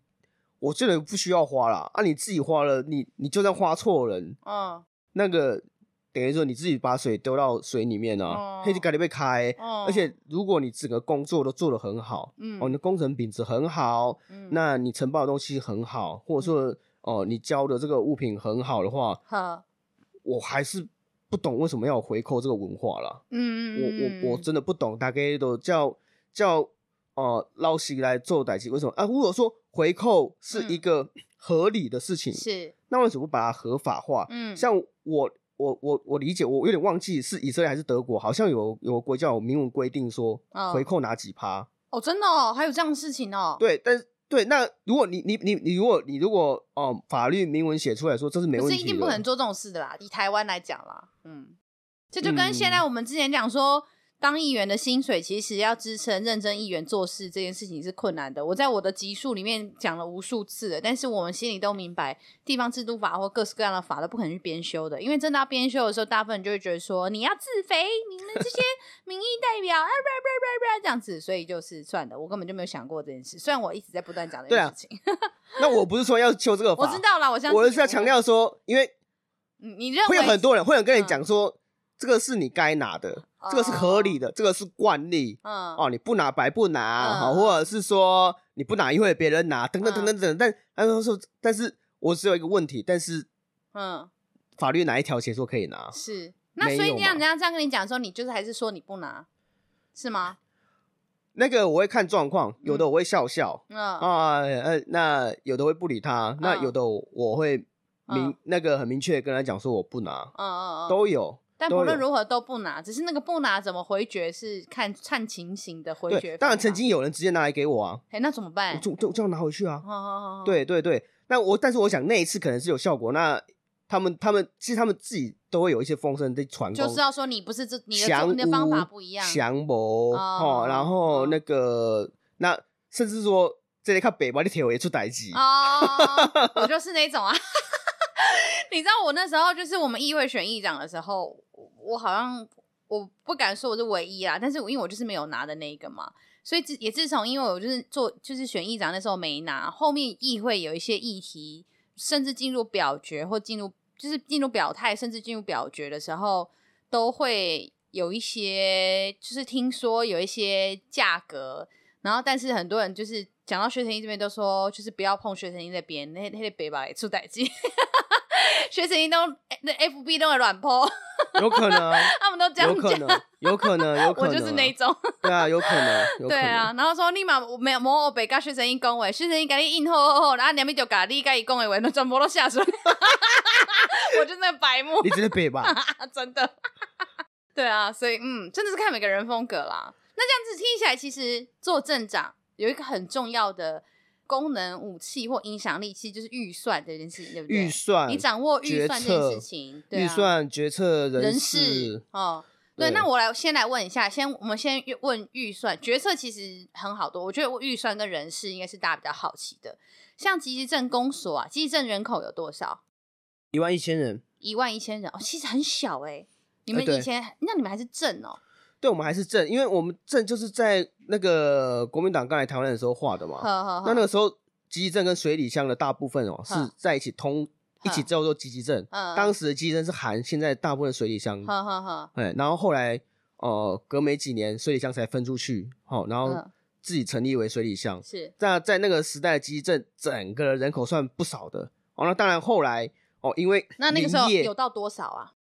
S2: 我觉得不需要花啦。啊，你自己花了，你你就算花错人，
S1: 嗯
S2: 那个等于说你自己把水丢到水里面
S1: 哦
S2: 啊，黑就赶紧被开、
S1: 哦，
S2: 而且如果你整个工作都做得很好，
S1: 嗯，
S2: 哦，你的工程品质很好，
S1: 嗯
S2: 那你承包的东西很好，或者说哦、你交的这个物品很好的话，
S1: 呵，
S2: 我还是不懂为什么要有回扣这个文化啦。
S1: 嗯，
S2: 我我我真的不懂，大概都叫叫呃捞起来做代际，为什么啊？如果说回扣是一个合理的事情，
S1: 嗯是
S2: 那为什么不把它合法化？
S1: 嗯
S2: 像我。我我我理解，我有点忘记是以色列还是德国，好像有有国家有明文规定说
S1: 哦
S2: 回扣哪几趴，
S1: 哦，真的哦，还有这样的事情哦，，
S2: 对，但是对，那如果你你你你如果你如果哦、嗯法律明文写出来说这是没
S1: 可
S2: 问
S1: 是
S2: 题
S1: 一
S2: 的，
S1: 定不可能做这种事的啦。以台湾来讲啦，嗯，这就跟
S2: 嗯
S1: 现在我们之前讲说，当议员的薪水其实要支撑认真议员做事这件事情是困难的。我在我的集数里面讲了无数次了，但是我们心里都明白，地方制度法或各式各样的法都不可能去编修的，因为真的要编修的时候，大部分人就会觉得说你要自肥，你们这些 民意代表啊，不不不不这样子，所以就是算了，我根本就没有想过这件事。虽然我一直在不断讲这
S2: 对
S1: 件
S2: 啊
S1: 事情，
S2: 那我不是说要修这个法，
S1: 我知，道啦，我相信
S2: 我是要强调说，因为
S1: 你，你认为
S2: 会有很多人会有跟你
S1: 嗯
S2: 讲说、这个是你该拿的，这个是合理的，这个是惯例。
S1: 嗯
S2: 哦，你不拿白不拿，
S1: 嗯
S2: 好、
S1: 嗯
S2: 或者是说你不拿一会别人拿，等等
S1: 嗯
S2: 等等等。但他说说，但是我只有一个问题，但是
S1: 嗯，
S2: 法律哪一条写说可以拿？
S1: 是。那
S2: 没
S1: 所以
S2: 有
S1: 你让人
S2: 嘛
S1: 家这样跟你讲的时候，你就是还是说你不拿，是吗？
S2: 那个我会看状况，有的我会笑笑，
S1: 嗯，
S2: 啊，呃，那有的会不理他，那
S1: 嗯
S2: 有的我我会明、
S1: 嗯
S2: 那个很明确地跟他讲说我不拿，
S1: 嗯嗯嗯。
S2: 都有。
S1: 但不论
S2: 都有
S1: 如何都不拿，只是那个不拿怎么回绝是看看情形的回绝
S2: 对，
S1: 方法。
S2: 当然曾经有人直接拿来给我啊，
S1: 哎，那怎么办
S2: 我？就就就要拿回去啊。
S1: 哦，
S2: 对对对，那我但是我想那一次可能是有效果，那他们他们其实他们自己都会有一些风声在传
S1: 就
S2: 公，
S1: 是要说你不是这你的
S2: 降
S1: 做你的方法
S2: 污
S1: 不一样。
S2: 降魔
S1: 哦
S2: 哦，然后
S1: 哦
S2: 那个、那甚至说这里看北吧，你铁我也出歹机，
S1: 哦，我就是那种啊。 你知道我那时候就是我们议会选议长的时候，我我好像我不敢说我是唯一啦，但是我因为我就是没有拿的那一个嘛，所以自也自从因为我就是做就是选议长那时候没拿，后面议会有一些议题，甚至进入表决或进入就是进入表态，甚至进入表决的时候，都会有一些就是听说有一些价格，然后但是很多人就是讲到薛成义这边都说，就是不要碰薛成义那边，那那些北吧也出代机。 薛成义都那 FB 都会乱泼，
S2: 有可能啊，
S1: 他们都 这
S2: 有
S1: 样
S2: 可
S1: 讲，
S2: 能，有可能，有 可
S1: 我
S2: 能啊，
S1: 就是那一种。
S2: 对啊，有可能，有可
S1: 对
S2: 能
S1: 啊，，然后说立马我没有摩尔北甲学生一恭维，学生一赶紧应后后后，然后两边就咖喱咖一恭维，我转播都下水， 我就那个白目
S2: 你，真的北吧？
S1: 啊真的。对啊，所以嗯，真的是看每个人风格啦。那这样子听起来，其实做镇长有一个很重要的功能武器或影响力，其实就是预算这件事 情，对不对？
S2: 预算、
S1: 你掌握预
S2: 决
S1: 算这件事
S2: 策
S1: 情，对
S2: 预
S1: 啊。
S2: 算、决策、
S1: 人
S2: 事，
S1: 哦。对，
S2: 对
S1: 那我来先来问一下，先我们先问预算决策，其实很好多，我觉得预算跟人事应该是大家比较好奇的。像集集镇公所啊，集集镇人口有多少？
S2: 一万一千人，
S1: 一万一千人哦，其实很小哎、你
S2: 呃
S1: 们
S2: 对
S1: 以前、那你们还是镇哦，
S2: 对我们还是正，因为我们正就是在那个国民党刚来台湾的时候画的
S1: 呵
S2: 嘛。
S1: 呵
S2: 哦那
S1: 呵，
S2: 那个时候，集集镇跟水里乡的大部分哦是在一起通，一起叫做集集镇。
S1: 嗯
S2: 当时的集集镇是含现在大部分的水里乡，
S1: 呵呵呵，
S2: 哎，然后后来呃隔没几年，水里乡才分出去，好，然后
S1: 嗯
S2: 自己成立为水里乡。
S1: 是
S2: 那在那个时代的集镇，整个人口算不少的。哦，那当然后来哦，因为
S1: 那那个时候
S2: 林业
S1: 有到多少啊？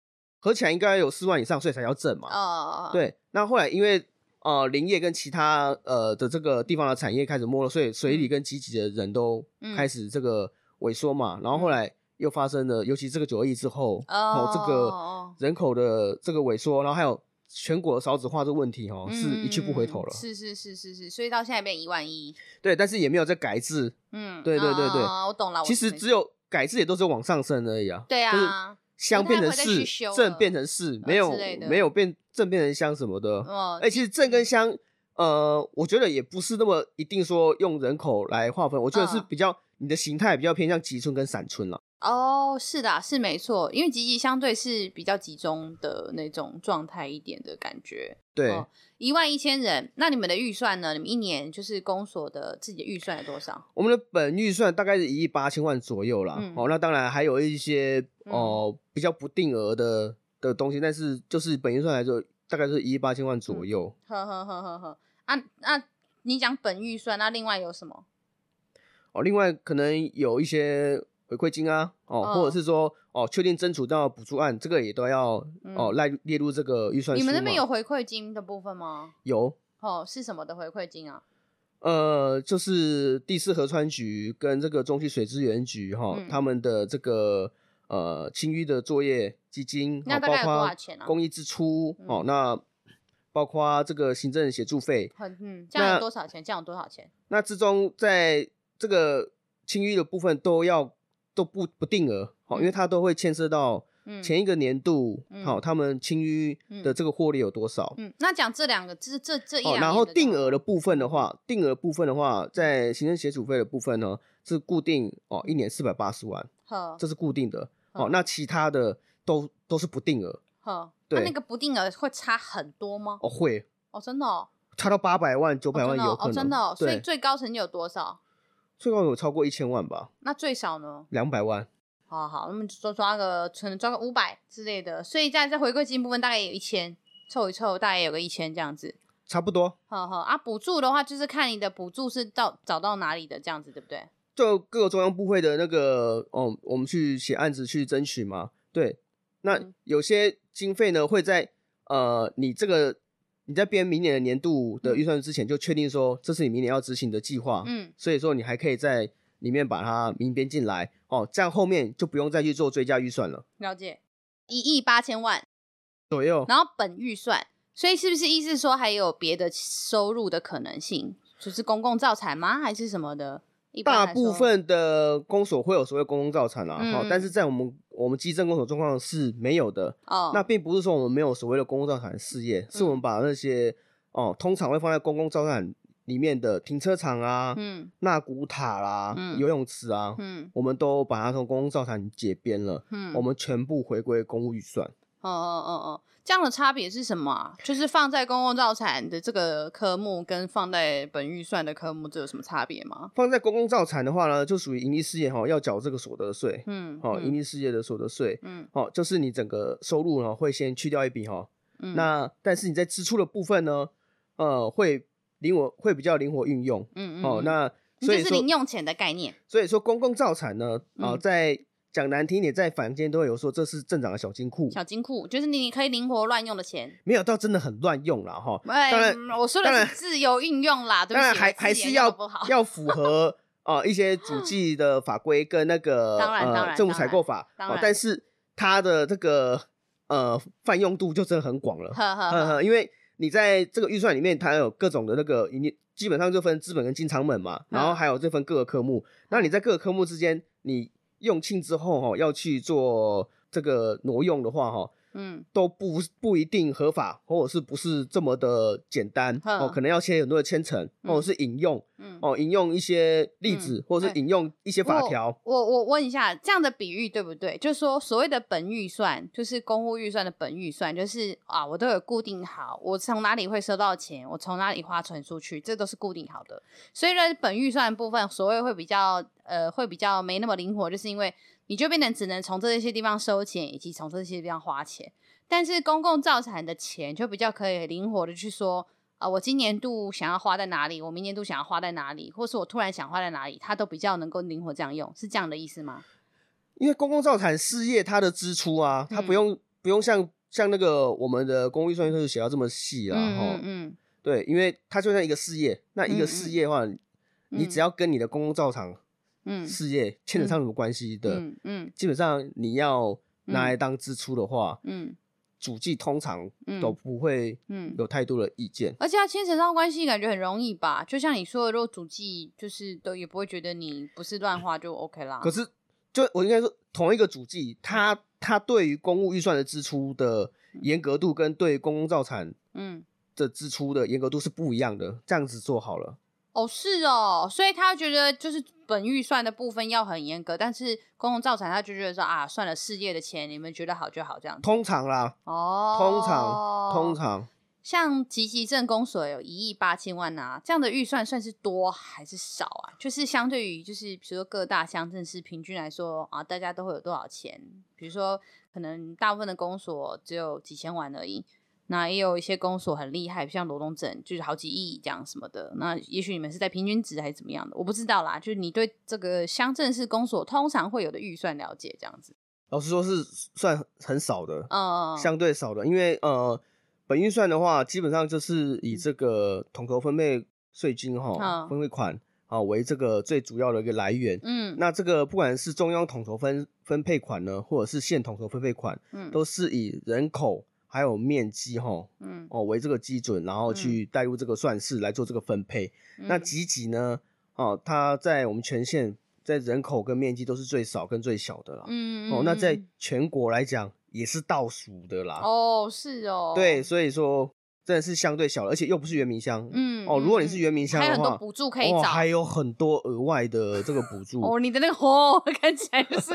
S2: 合起来应该有四万以上，所以才叫正嘛。
S1: 哦，，
S2: 对，那后来因为呃林业跟其他呃的这个地方的产业开始没落，所以水里跟集集的人都
S1: 嗯
S2: 开始这个萎缩嘛。然后后来又发生了，尤其这个九二一之后，
S1: 哦，
S2: 这个人口的这个萎缩，然后还有全国的少子化这个问题哦，
S1: 嗯
S2: 是一去不回头了。
S1: 是是是是是，所以到现在变一万一。
S2: 对，但是也没有在改制，
S1: 嗯，
S2: 对对对对
S1: 啊我懂了。我
S2: 其实
S1: 懂
S2: 只有改制也都是往上升而已啊。
S1: 对
S2: 就是
S1: 啊，
S2: 乡
S1: 不
S2: 变
S1: 太会
S2: 成
S1: 再去
S2: 市
S1: 修，
S2: 镇
S1: 了
S2: 变成市，
S1: 呃
S2: 没有
S1: 之类的
S2: 没有变镇变成乡什么的。
S1: 哦
S2: 哎、，其实镇跟乡，呃，我觉得也不是那么一定说用人口来划分，我觉得是
S1: 嗯
S2: 比较、你的形态比较偏向集村跟散村了。
S1: 哦，是的啊，是没错，因为集集相对是比较集中的那种状态一点的感觉，
S2: 对，
S1: 哦一万一千人。那你们的预算呢？你们一年就是公所的自己的预算有多少？
S2: 我们的本预算大概是一亿八千万左右啦。
S1: 嗯
S2: 哦，那当然还有一些哦、比较不定额的的东西，但是就是本预算来说，大概是一亿八千万
S1: 嗯
S2: 左右。
S1: 呵呵呵呵呵啊啊！你讲本预算，那另外有什么？
S2: 哦，另外可能有一些回馈金啊，哦，
S1: 嗯
S2: 或者是说哦，确定争取到补助案，这个也都要、哦来列入这个预算
S1: 嗯你们
S2: 书
S1: 那边
S2: 嘛
S1: 有回馈金的部分吗？
S2: 有
S1: 哦，是什么的回馈金啊？
S2: 呃，就是第四河川局跟这个中区水资源局哈、
S1: 嗯
S2: 他们的这个呃清淤的作业基金，
S1: 那
S2: 哦
S1: 大概有多
S2: 包
S1: 少
S2: 括
S1: 钱啊？
S2: 公益支出、哦，
S1: 嗯
S2: 那包括这个行政协助费，
S1: 很嗯，这样有
S2: 那
S1: 多少钱？这样有多少钱？
S2: 那之中在这个清淤的部分都要都不不定额，好、因为
S1: 嗯
S2: 它都会牵涉到
S1: 嗯
S2: 前一个年度，
S1: 嗯
S2: 好、他们清淤的这个获利有多少？
S1: 嗯，那讲这两个，这这这一
S2: 哦，
S1: 两
S2: 然
S1: 年
S2: 后
S1: 的
S2: 定
S1: 状
S2: 额的部分的话，定额部分的话，在行政协助费的部分呢是固定哦，一年四百八十万，
S1: 况，
S2: 这是固定的哦
S1: 嗯。
S2: 那其他的都都是不定额
S1: 呵呵，啊那
S2: 对
S1: 那个不定额会差很多吗？
S2: 哦，会
S1: 哦，真的哦，
S2: 差到八百万、九
S1: 哦
S2: 百万
S1: 真的
S2: 有
S1: 哦
S2: 可
S1: 哦，
S2: 能，
S1: 真的哦，所以
S2: 对，
S1: 最高成绩有多少？
S2: 最高有超过一千万吧，
S1: 那最少呢？
S2: 两百万。
S1: 好好，那么就抓个可能抓个五百之类的，所以在这回馈金部分大概也有一千，凑一凑大概有个一千这样子。
S2: 差不多，
S1: 呵呵啊，补助的话就是看你的补助是到找到哪里的这样子，对不对？
S2: 就各个中央部会的那个，哦，我们去写案子去争取嘛。对，那
S1: 嗯
S2: 有些经费呢会在呃，你这个你在编明年的年度的预算之前就确定说，这是你明年要执行的计划，
S1: 嗯，
S2: 所以说你还可以在里面把它明编进来哦，这样后面就不用再去做追加预算了。
S1: 了解。一亿八千万，
S2: 左右
S1: 然后本预算，所以是不是意思说还有别的收入的可能性，就是公共造产吗？还是什么的？一般
S2: 大
S1: 来
S2: 部
S1: 说
S2: 分的公所会有所谓公共造产啦、
S1: 嗯
S2: 好、但是在我们我们基政公所状况是没有的。
S1: 哦，嗯
S2: 那并不是说我们没有所谓的公共造产事业，是我们把那些哦，通常会放在公共造产里面的停车场啊、
S1: 嗯
S2: 纳、古塔啦、
S1: 嗯
S2: 游泳池啊，
S1: 嗯
S2: 我们都把它从公共造产解编了，
S1: 嗯，
S2: 我们全部回归公务预算。
S1: 哦哦哦哦，这样的差别是什么啊、就是放在公共造产的这个科目跟放在本预算的科目，这有什么差别吗？
S2: 放在公共造产的话呢，就属于盈利事业哈、要缴这个所得税，
S1: 嗯，
S2: 哦，
S1: 嗯
S2: 盈利事业的所得税。
S1: 嗯
S2: 哦，就是你整个收入呢会先去掉一笔哈、
S1: 嗯，
S2: 那但是你在支出的部分呢，呃，会灵活会比较灵活运用。
S1: 嗯嗯
S2: 哦，
S1: 嗯
S2: 那
S1: 这
S2: 所以
S1: 是
S2: 说
S1: 零用钱的概念，
S2: 所以说公共造产呢，啊、
S1: 嗯
S2: 在讲难听一点，在坊间都会有说这是镇长的小金库，
S1: 小金库就是你可以灵活乱用的钱。
S2: 没有到真的很乱用了哈。
S1: 哎
S2: 当然，
S1: 嗯我说
S2: 当
S1: 的
S2: 然
S1: 是自由运用啦，对
S2: 当
S1: 不起，
S2: 然还
S1: 我字
S2: 还
S1: 眼
S2: 是
S1: 用得
S2: 要
S1: 不好
S2: 要符 合啊、呃一些主计的法规跟那个
S1: 当然当
S2: 呃
S1: 然
S2: 政府
S1: 当
S2: 采
S1: 然
S2: 购法，
S1: 当
S2: 哦
S1: 然
S2: 但是它的这个呃泛用度就真的很广了。
S1: 呵呵
S2: 呵
S1: 呵，
S2: 嗯呵，因为你在这个预算里面，它有各种的那个，你基本上就分资本跟经常本嘛，然
S1: 嗯
S2: 后还有这分各个科目。那你在各个科目之间，你用罄之后哈、哦，要去做这个挪用的话哈、哦，
S1: 嗯
S2: 都不不一定合法，或者是不是这么的简单
S1: 嗯
S2: 哦，可能要写很多的牵扯，或者是引用
S1: 嗯，
S2: 哦，引用一些例子，或者是
S1: 对
S2: 引用一些法
S1: 我
S2: 条。
S1: 我我问一下，这样的比喻对不对？就是说，所谓的本预算，就是公务预算的本预算，就是啊，我都有固定好，我从哪里会收到钱，我从哪里花存出去，这都是固定好的。所以呢，本预算的部分，所谓会比较呃，会比较没那么灵活，就是因为你就变成只能从这些地方收钱，以及从这些地方花钱。但是公共造产的钱就比较可以灵活的去说，啊、我今年度想要花在哪里，我明年度想要花在哪里，或是我突然想花在哪里，它都比较能够灵活这样用，是这样的意思吗？
S2: 因为公共造产事业它的支出啊，它
S1: 嗯
S2: 不用、不用像像那个我们的公益算术写到这么细啊，哈、
S1: 嗯嗯
S2: 对，因为它就像一个事业，那一
S1: 嗯
S2: 个
S1: 嗯
S2: 事业的话，你只要跟你的公共造厂
S1: 嗯
S2: 事业牵扯上什么关系的，
S1: 嗯嗯
S2: 基本上你要拿来当支出的话，
S1: 嗯
S2: 主计通常
S1: 嗯
S2: 都不会
S1: 嗯，
S2: 有太多的意见。
S1: 而且它牵扯上关系，感觉很容易吧？就像你说的，如果主计就是都也不会觉得你不是乱花就 OK 啦。
S2: 可是，就我应该说，同一个主计，它它对于公务预算的支出的严格度，跟对公共造产
S1: 嗯，
S2: 的支出的严格度是不一样的。这样子做好了，
S1: 哦是哦，所以他觉得就是本预算的部分要很严格，但是公共造产他就觉得说啊，算了，事业的钱你们觉得好就好这样子。
S2: 通常啦，
S1: 哦，
S2: 通常、通常
S1: 像集集镇公所有一亿八千万啊，这样的预算算是多还是少啊？就是相对于就是比如说各大乡镇市平均来说啊，大家都会有多少钱？比如说可能大部分的公所只有几千万而已，那也有一些公所很厉害，像罗东镇就是好几亿这样什么的。那也许你们是在平均值还是怎么样的，我不知道啦。就是你对这个乡镇市公所通常会有的预算了解这样子，
S2: 老实说是算很少的，
S1: 嗯，
S2: 相对少的，因为呃，本预算的话，基本上就是以这个统筹分配税金哈、
S1: 嗯
S2: 分配款啊为这个最主要的一个来源。
S1: 嗯
S2: 那这个不管是中央统筹分分配款呢，或者是县统筹分配款，
S1: 嗯
S2: 都是以人口还有面积哈
S1: 嗯
S2: 哦为这个基准，然后去带入这个算式来做这个分配。那
S1: 嗯
S2: 集集呢，哦，它在我们全县在人口跟面积都是最少跟最小的啦。
S1: 嗯
S2: 哦，那
S1: 嗯
S2: 在
S1: 嗯
S2: 全国来讲也是倒数的啦。
S1: 哦是哦，
S2: 啊对，所以说真的是相对小的，而且又不是原民乡。
S1: 嗯
S2: 哦，
S1: 嗯
S2: 如果你是
S1: 嗯
S2: 原民乡
S1: 还有
S2: 的
S1: 很多
S2: 话，
S1: 补助可以
S2: 哦，
S1: 找。
S2: 还有很多额外的这个 补助。
S1: 哦，你的那个哦， 看起来就是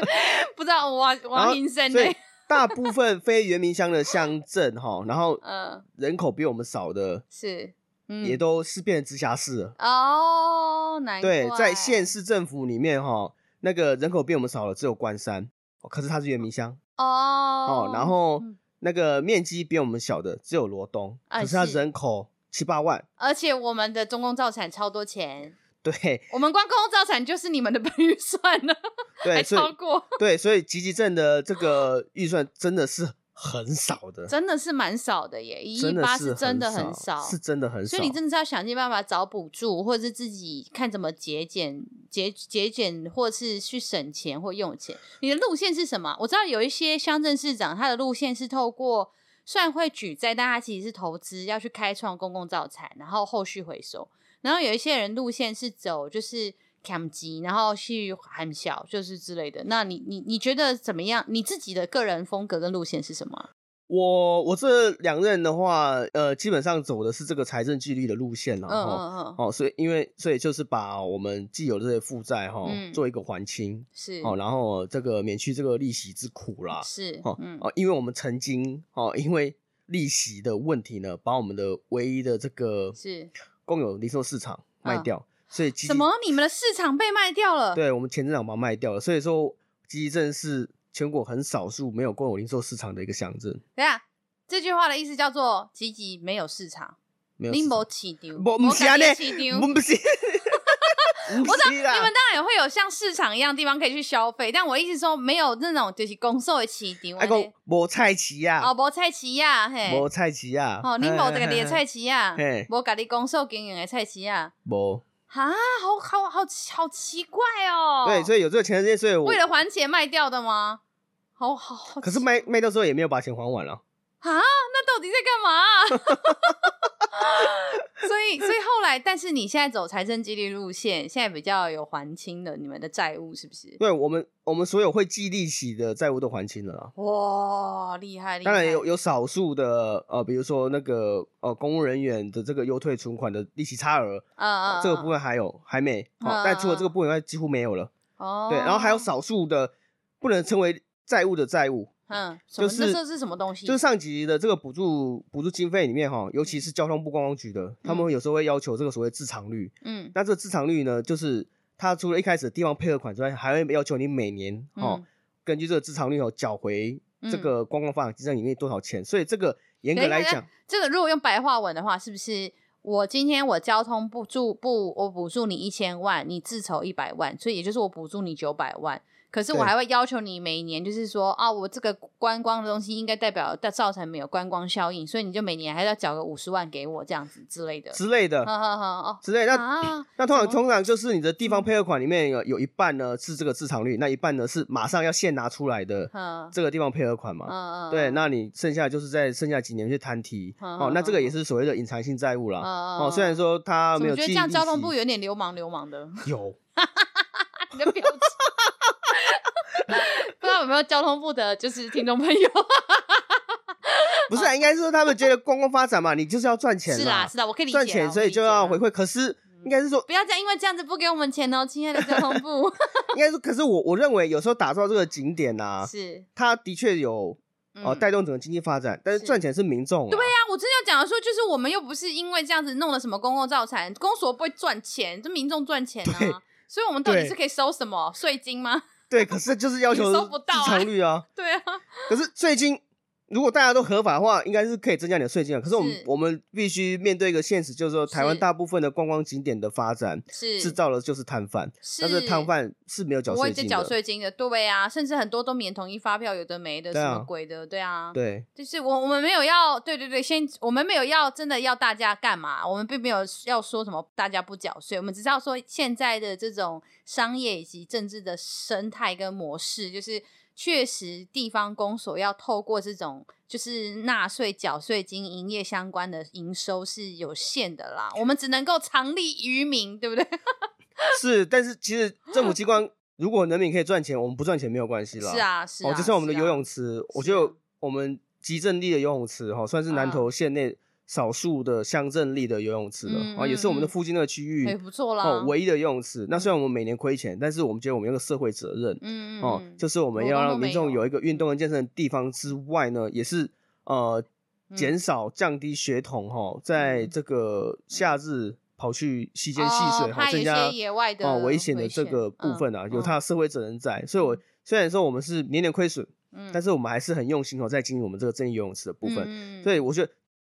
S1: 不知道王
S2: 然后
S1: 王银生呢
S2: 所。以大 部分非原民乡的乡镇哈，然后
S1: 嗯，
S2: 人口比我们少的，
S1: 是，嗯，
S2: 也都是变成直辖市了。
S1: 哦，难怪
S2: 对，在县市政府里面哈，那个人口比我们少的只有关山，哦可是它是原民乡
S1: 哦
S2: 哦，然后
S1: 嗯
S2: 那个面积比我们小的只有罗东，
S1: 啊
S2: 可是它
S1: 是
S2: 人口七八万。
S1: 而且我们的中共造产超多钱，
S2: 对
S1: 我们光公共造产就是你们的 本预算了，还
S2: 对，所以
S1: 超过，
S2: 对，所以集集镇的这个预算真的是很少的，
S1: 真的是蛮少的耶，一亿
S2: 真的
S1: 八
S2: 是
S1: 是真的
S2: 很
S1: 很少，
S2: 是真的很少。
S1: 所以你真的是要想尽办法找补助，或者是自己看怎么节俭、节节俭，或是去省钱或用钱。你的路线是什么？我知道有一些乡镇市长，他的路线是透过虽然会举债，但他其实是投资，要去开创公共造产，然后后续回收。然后有一些人路线是走就是。砍级，然后去喊小，就是之类的。那你你你觉得怎么样？你自己的个人风格跟路线是什么啊？
S2: 我我这两任的话，呃，基本上走的是这个财政纪律的路线了
S1: 嗯
S2: 哈。
S1: 嗯嗯，
S2: 哦，所以因为所以就是把我们既有的这些负债哈
S1: 嗯
S2: 做一个还清，
S1: 是
S2: 哦，然后这个免去这个利息之苦啦。
S1: 是
S2: 哦
S1: 嗯
S2: 哦，因为我们曾经哦，因为利息的问题呢，把我们的唯一的这个
S1: 是
S2: 公有零售市场卖
S1: 嗯
S2: 掉，所以集集
S1: 什么？你们的市场被卖掉了？
S2: 对我们前镇长把它卖掉了，所以说积极镇是全国很少数没有公有零售市场的一个乡镇，
S1: 等一下，这句话的意思叫做“积极没有市场，
S2: 没有市
S1: 你
S2: 场。
S1: 没市场，
S2: 不不是啊呢
S1: 没市场
S2: 我们不是，我
S1: 知你们当然也会有像市场一样的地方可以去消费，但我意思说没有那种就是公售的市场。
S2: 还讲无菜市
S1: 哦，
S2: 哎啊，
S1: 无菜市啊，嘿，
S2: 无菜市啊，
S1: 哦，你无这个你的菜
S2: 市，
S1: 市啊
S2: 嘿，
S1: 无家己公售经营的菜市啊，
S2: 无
S1: 哈，好好好好奇怪哦。
S2: 对，所
S1: 以
S2: 以有这个前镇，所以我
S1: 为了还钱卖掉的吗？好好好奇，
S2: 可是卖卖掉之后也没有把钱还完了，
S1: 啊，那到底在干嘛、啊 所以，所以后来，但是你现在走财政纪律路线，现在比较有还清了你们的债务，是不是？
S2: 对我们我们所有会计利息的债务都还清了啦。
S1: 哇，厉害！厉害
S2: 当然有有少数的呃，比如说那个呃，公务人员的这个优退存款的利息差额，
S1: 嗯嗯，嗯
S2: 这个部分还有还没，哦
S1: 嗯
S2: 但除了这个部分以外几乎没有了。
S1: 哦，
S2: 对，然后还有少数的不能称为债务的债务，
S1: 嗯，什么
S2: 就
S1: 那
S2: 是
S1: 这是什么东西？
S2: 就是上级的这个补助补助经费里面哈，尤其是交通部观光局的，他们有时候会要求这个所谓自偿率。
S1: 嗯
S2: 那这个自偿率呢，就是它除了一开始的地方配合款之外，还会要求你每年哦，
S1: 嗯
S2: 根据这个自偿率哦缴回这个观光发展基金里面多少钱。所以这个严格
S1: 等一下
S2: 来
S1: 等一下
S2: 讲，
S1: 这个如果用白话文的话，是不是我今天我交通部助部我补助你一千万，你自筹一百万，所以也就是我补助你九百万。可是我还会要求你每年就是说啊，我这个观光的东西应该代表造成没有观光效应，所以你就每年还是要缴个五十万给我这样子之类的。
S2: 之类的
S1: 呵呵呵哦，
S2: 之类。 那
S1: 啊，
S2: 那通常
S1: 怎么
S2: 通常就是你的
S1: 嗯
S2: 地方配合款里面有有一半呢是这个自偿率，那一半呢是马上要现拿出来的
S1: 嗯
S2: 这个地方配合款嘛。
S1: 嗯嗯，
S2: 对，
S1: 嗯
S2: 那你剩下就是在剩下几年去摊提、
S1: 嗯
S2: 哦
S1: 嗯，
S2: 那这个
S1: 嗯
S2: 也是所谓的隐藏性债务啦。
S1: 嗯
S2: 哦，虽然说它
S1: 怎
S2: 没
S1: 么
S2: 有
S1: 觉得这
S2: 记忆
S1: 样
S2: 利
S1: 交通
S2: 息
S1: 部有点流氓流氓的，
S2: 有
S1: 你的表情， 不知道有没有交通部的，就是听众朋友，
S2: 不是、啊？应该是说他们觉得观光发展嘛， 你就是要赚钱
S1: 嗯是啦
S2: 啦，
S1: 是啦，我可以理解啦，
S2: 赚
S1: 我
S2: 钱所
S1: 可
S2: 以
S1: 理
S2: 就
S1: 解啊嗯
S2: 要
S1: 啦
S2: 回馈。可是应该是说，
S1: 不要再因为这样子不给我们钱哦，亲爱的交通 部。
S2: 应该是可是我我认为有时候打造这个景点呐、
S1: 是，
S2: 它的确有
S1: 嗯
S2: 呃带动整个经济发展，但是
S1: 是
S2: 赚钱是民众啊对呀、
S1: 那我真的要讲的说，就是我们又不是因为这样子弄了什么公共造产，公所不会赚钱，这民众赚钱
S2: 对
S1: 啊。所以我们到底
S2: 对
S1: 是可以收什么税金吗？
S2: 对，可是就是要
S1: 你
S2: 求
S1: 收不到啊
S2: 市场率啊。
S1: 对啊，
S2: 可是税金，如果大家都合法的话，应该是可以增加你的税金啊。可是我们
S1: 是
S2: 我们必须面对一个现实，就是说台湾
S1: 是
S2: 大部分的观光景点的发展
S1: 是
S2: 制造的就是摊贩，
S1: 是
S2: 但是摊贩是没有缴
S1: 不会
S2: 税
S1: 再
S2: 金
S1: 缴
S2: 的。
S1: 税金的，对啊，甚至很多都免统一发票，有的没的，
S2: 对啊
S1: 什么鬼的，对啊，
S2: 对
S1: 就是我我们没有要，对对对，先我们没有要真的要大家干嘛，我们并没有要说什么大家不缴税，我们只是要说现在的这种商业以及政治的生态跟模式，就是确实地方公所要透过这种就是纳税、缴税金、营业相关的营收是有限的啦，我们只能够常利于民，对不对？
S2: 是，但是其实政府机关如果人民可以赚钱，我们不赚钱没有关系 啦。
S1: 是，啊，是啊，
S2: 哦，就像我们的
S1: 是啊
S2: 游泳池，我
S1: 是
S2: 觉
S1: 啊
S2: 得我们集镇力的游泳池哈、哦，算是南
S1: 啊
S2: 投县内少数的乡镇力的游泳池了，
S1: 嗯
S2: 哦，也是我们的附近那个区域、
S1: 也哎不错啦，嗯
S2: 哦唯一的游泳池。那虽然我们每年亏钱，但是我们觉得我们有个社会责任。
S1: 嗯嗯
S2: 哦，
S1: 嗯
S2: 就是我们
S1: 活
S2: 要
S1: 动
S2: 让
S1: 都
S2: 民
S1: 没
S2: 众
S1: 有
S2: 有一个运动跟健身的地方之外呢，也是呃
S1: 嗯
S2: 减少降低血统哈、在
S1: 嗯
S2: 这个夏日跑去溪间戏
S1: 哦
S2: 水哈、
S1: 怕有
S2: 增
S1: 一
S2: 加
S1: 些野外的
S2: 哦危险的
S1: 危
S2: 这
S1: 险
S2: 个部
S1: 嗯
S2: 分啊，有
S1: 嗯
S2: 它的社会责任在。所以我
S1: 嗯
S2: 虽然说我们是年年亏损，
S1: 嗯
S2: 但是我们还是很用心哦，在经营我们这个正义游泳池的部分。
S1: 嗯嗯嗯
S2: 所以我觉得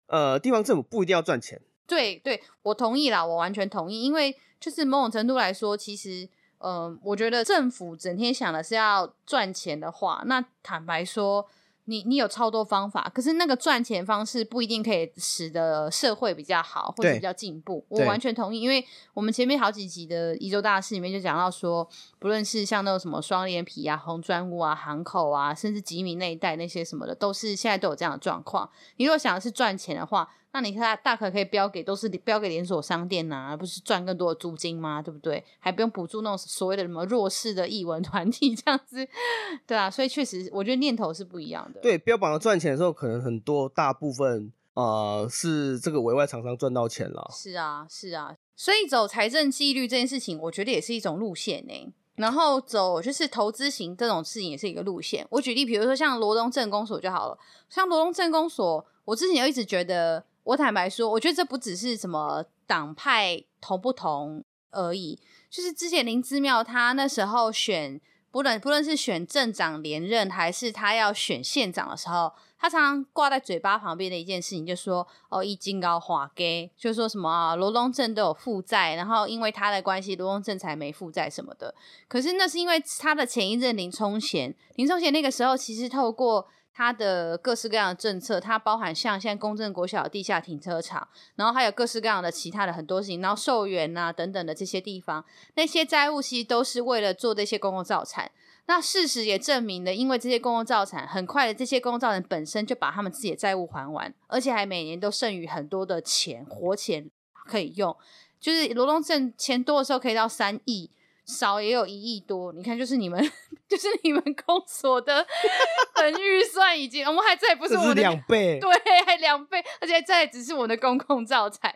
S2: 呃，地方政府不一定要赚钱，
S1: 对对，我同意啦，我完全同意，因为就是某种程度来说，其实，呃，我觉得政府整天想的是要赚钱的话，那坦白说，你你有超多方法，可是那个赚钱方式不一定可以使得社会比较好或者
S2: 对
S1: 比较进步。我
S2: 对
S1: 完全同意，因为我们前面好几集的一周大事里面就讲到说，不论是像那种什么双连皮啊、红砖屋啊、港口啊，甚至吉米那一带那些什么的，都是现在都有这样的状况。你如果想的是赚钱的话，那你看大可可以标给都是标给连锁商店呐、而不是赚更多的租金吗？对不对？还不用补助那种所谓的什么弱势的艺文团体这样子， 对啊，所以确实我觉得念头是不一样的。
S2: 对，标榜了赚钱的时候，可能很多大部分呃是这个委外厂商赚到钱了。
S1: 是啊，是啊，所以走财政纪律这件事情，我觉得也是一种路线呢、然后走就是投资型这种事情也是一个路线。我举例，比如说像罗东镇公所就好了，像罗东镇公所，我之前就一直觉得，我坦白说，我觉得这不只是什么党派同不同而已，就是之前林之妙他那时候选，不论不论是选镇长连任，还是他要选县长的时候，他常常挂在嘴巴旁边的一件事情，就说哦，一金高华给，就说什么啊，罗东镇都有负债，然后因为他的关系，罗东镇才没负债什么的。可是那是因为他的前一任林冲贤，林冲贤那个时候其实透过。他的各式各样的政策，它包含像现在公正国小的地下停车场，然后还有各式各样的其他的很多事情，然后受援啊等等的这些地方，那些债务其实都是为了做这些公共造产。那事实也证明了，因为这些公共造产，很快的这些公共造产本身就把他们自己的债务还完，而且还每年都剩余很多的钱，活钱可以用。就是罗东镇钱多的时候可以到三亿，少也有一亿多。你看，就是你们， 就是你们公所的 本预算已经，我们还这也不是
S2: 这
S1: 我们的
S2: 两倍，
S1: 对，还两倍， 而且这还只是我们的公共造产，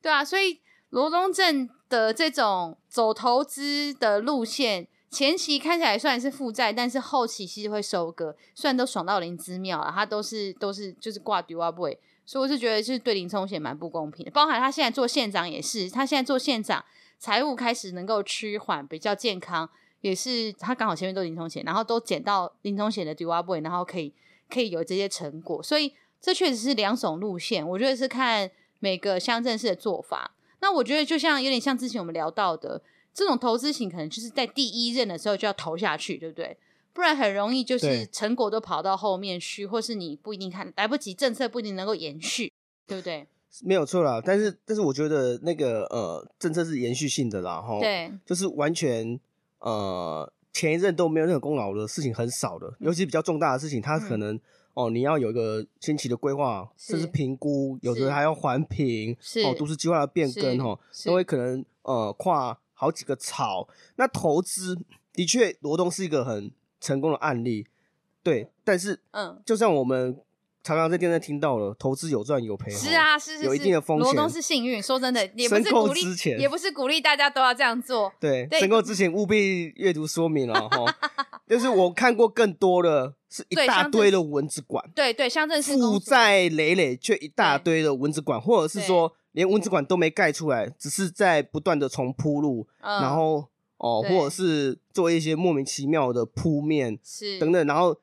S1: 对啊，所以罗东镇的这种走投资的路线，前期看起来虽然是负债，但是后期其实会收割，虽然都爽到林之妙啊，他都是都是就是挂丢啊 boy，所以我是觉得是对林冲贤蛮不公平的，包含他现在做县长也是，他现在做县长，财务开始能够趋缓，比较健康。也是他刚好前面都林冲贤，然后都捡到林冲贤的 d u a boy，然后可以可以有这些成果，所以这确实是两种路线，我觉得是看每个乡镇市的做法。那我觉得就像有点像之前我们聊到的，这种投资型可能就是在第一任的时候就要投下去，对不对？不然很容易就
S2: 对
S1: 是成果都跑到后面去，或是你不一定看来不及，政策不一定能够延续，对不对？
S2: 没有错啦。但是但是我觉得那个呃政策是延续性的啦，哈，，
S1: 对，
S2: 就是完全呃前一任都没有任何功劳的事情很少的，尤其比较重大的事情，它可
S1: 嗯
S2: 能、哦你要有一个先期的规划，甚
S1: 是
S2: 至评估，有
S1: 是
S2: 的还要环评，
S1: 是
S2: 哦都市计划的变更
S1: 是
S2: 哦哈，
S1: 是
S2: 因为可能呃跨好几个草，那投资的确罗东是一个很成功的案例，对，但是
S1: 嗯，
S2: 就像我们常常在电视听到了，投资有赚有赔，
S1: 是
S2: 吼，
S1: 啊，是是是，
S2: 有一定的风
S1: 罗
S2: 险
S1: 东是幸运，说真的，也不
S2: 申
S1: 是
S2: 购
S1: 鼓励
S2: 之，前
S1: 也不是鼓励大家都要这样做。
S2: 对，
S1: 对
S2: 申购之前务必阅读说明了 哈。就是我看过更多的是一
S1: 对
S2: 大
S1: 像
S2: 堆
S1: 这
S2: 的蚊子馆，
S1: 对对，乡镇市
S2: 负
S1: 公所
S2: 债累累却一大堆的蚊子馆，或者是
S1: 对
S2: 说连蚊子馆都没盖出来，只是在不断的重铺路，
S1: 嗯、
S2: 然后哦，
S1: 对
S2: 或者是做一些莫名其妙的铺面
S1: 是
S2: 等等，然后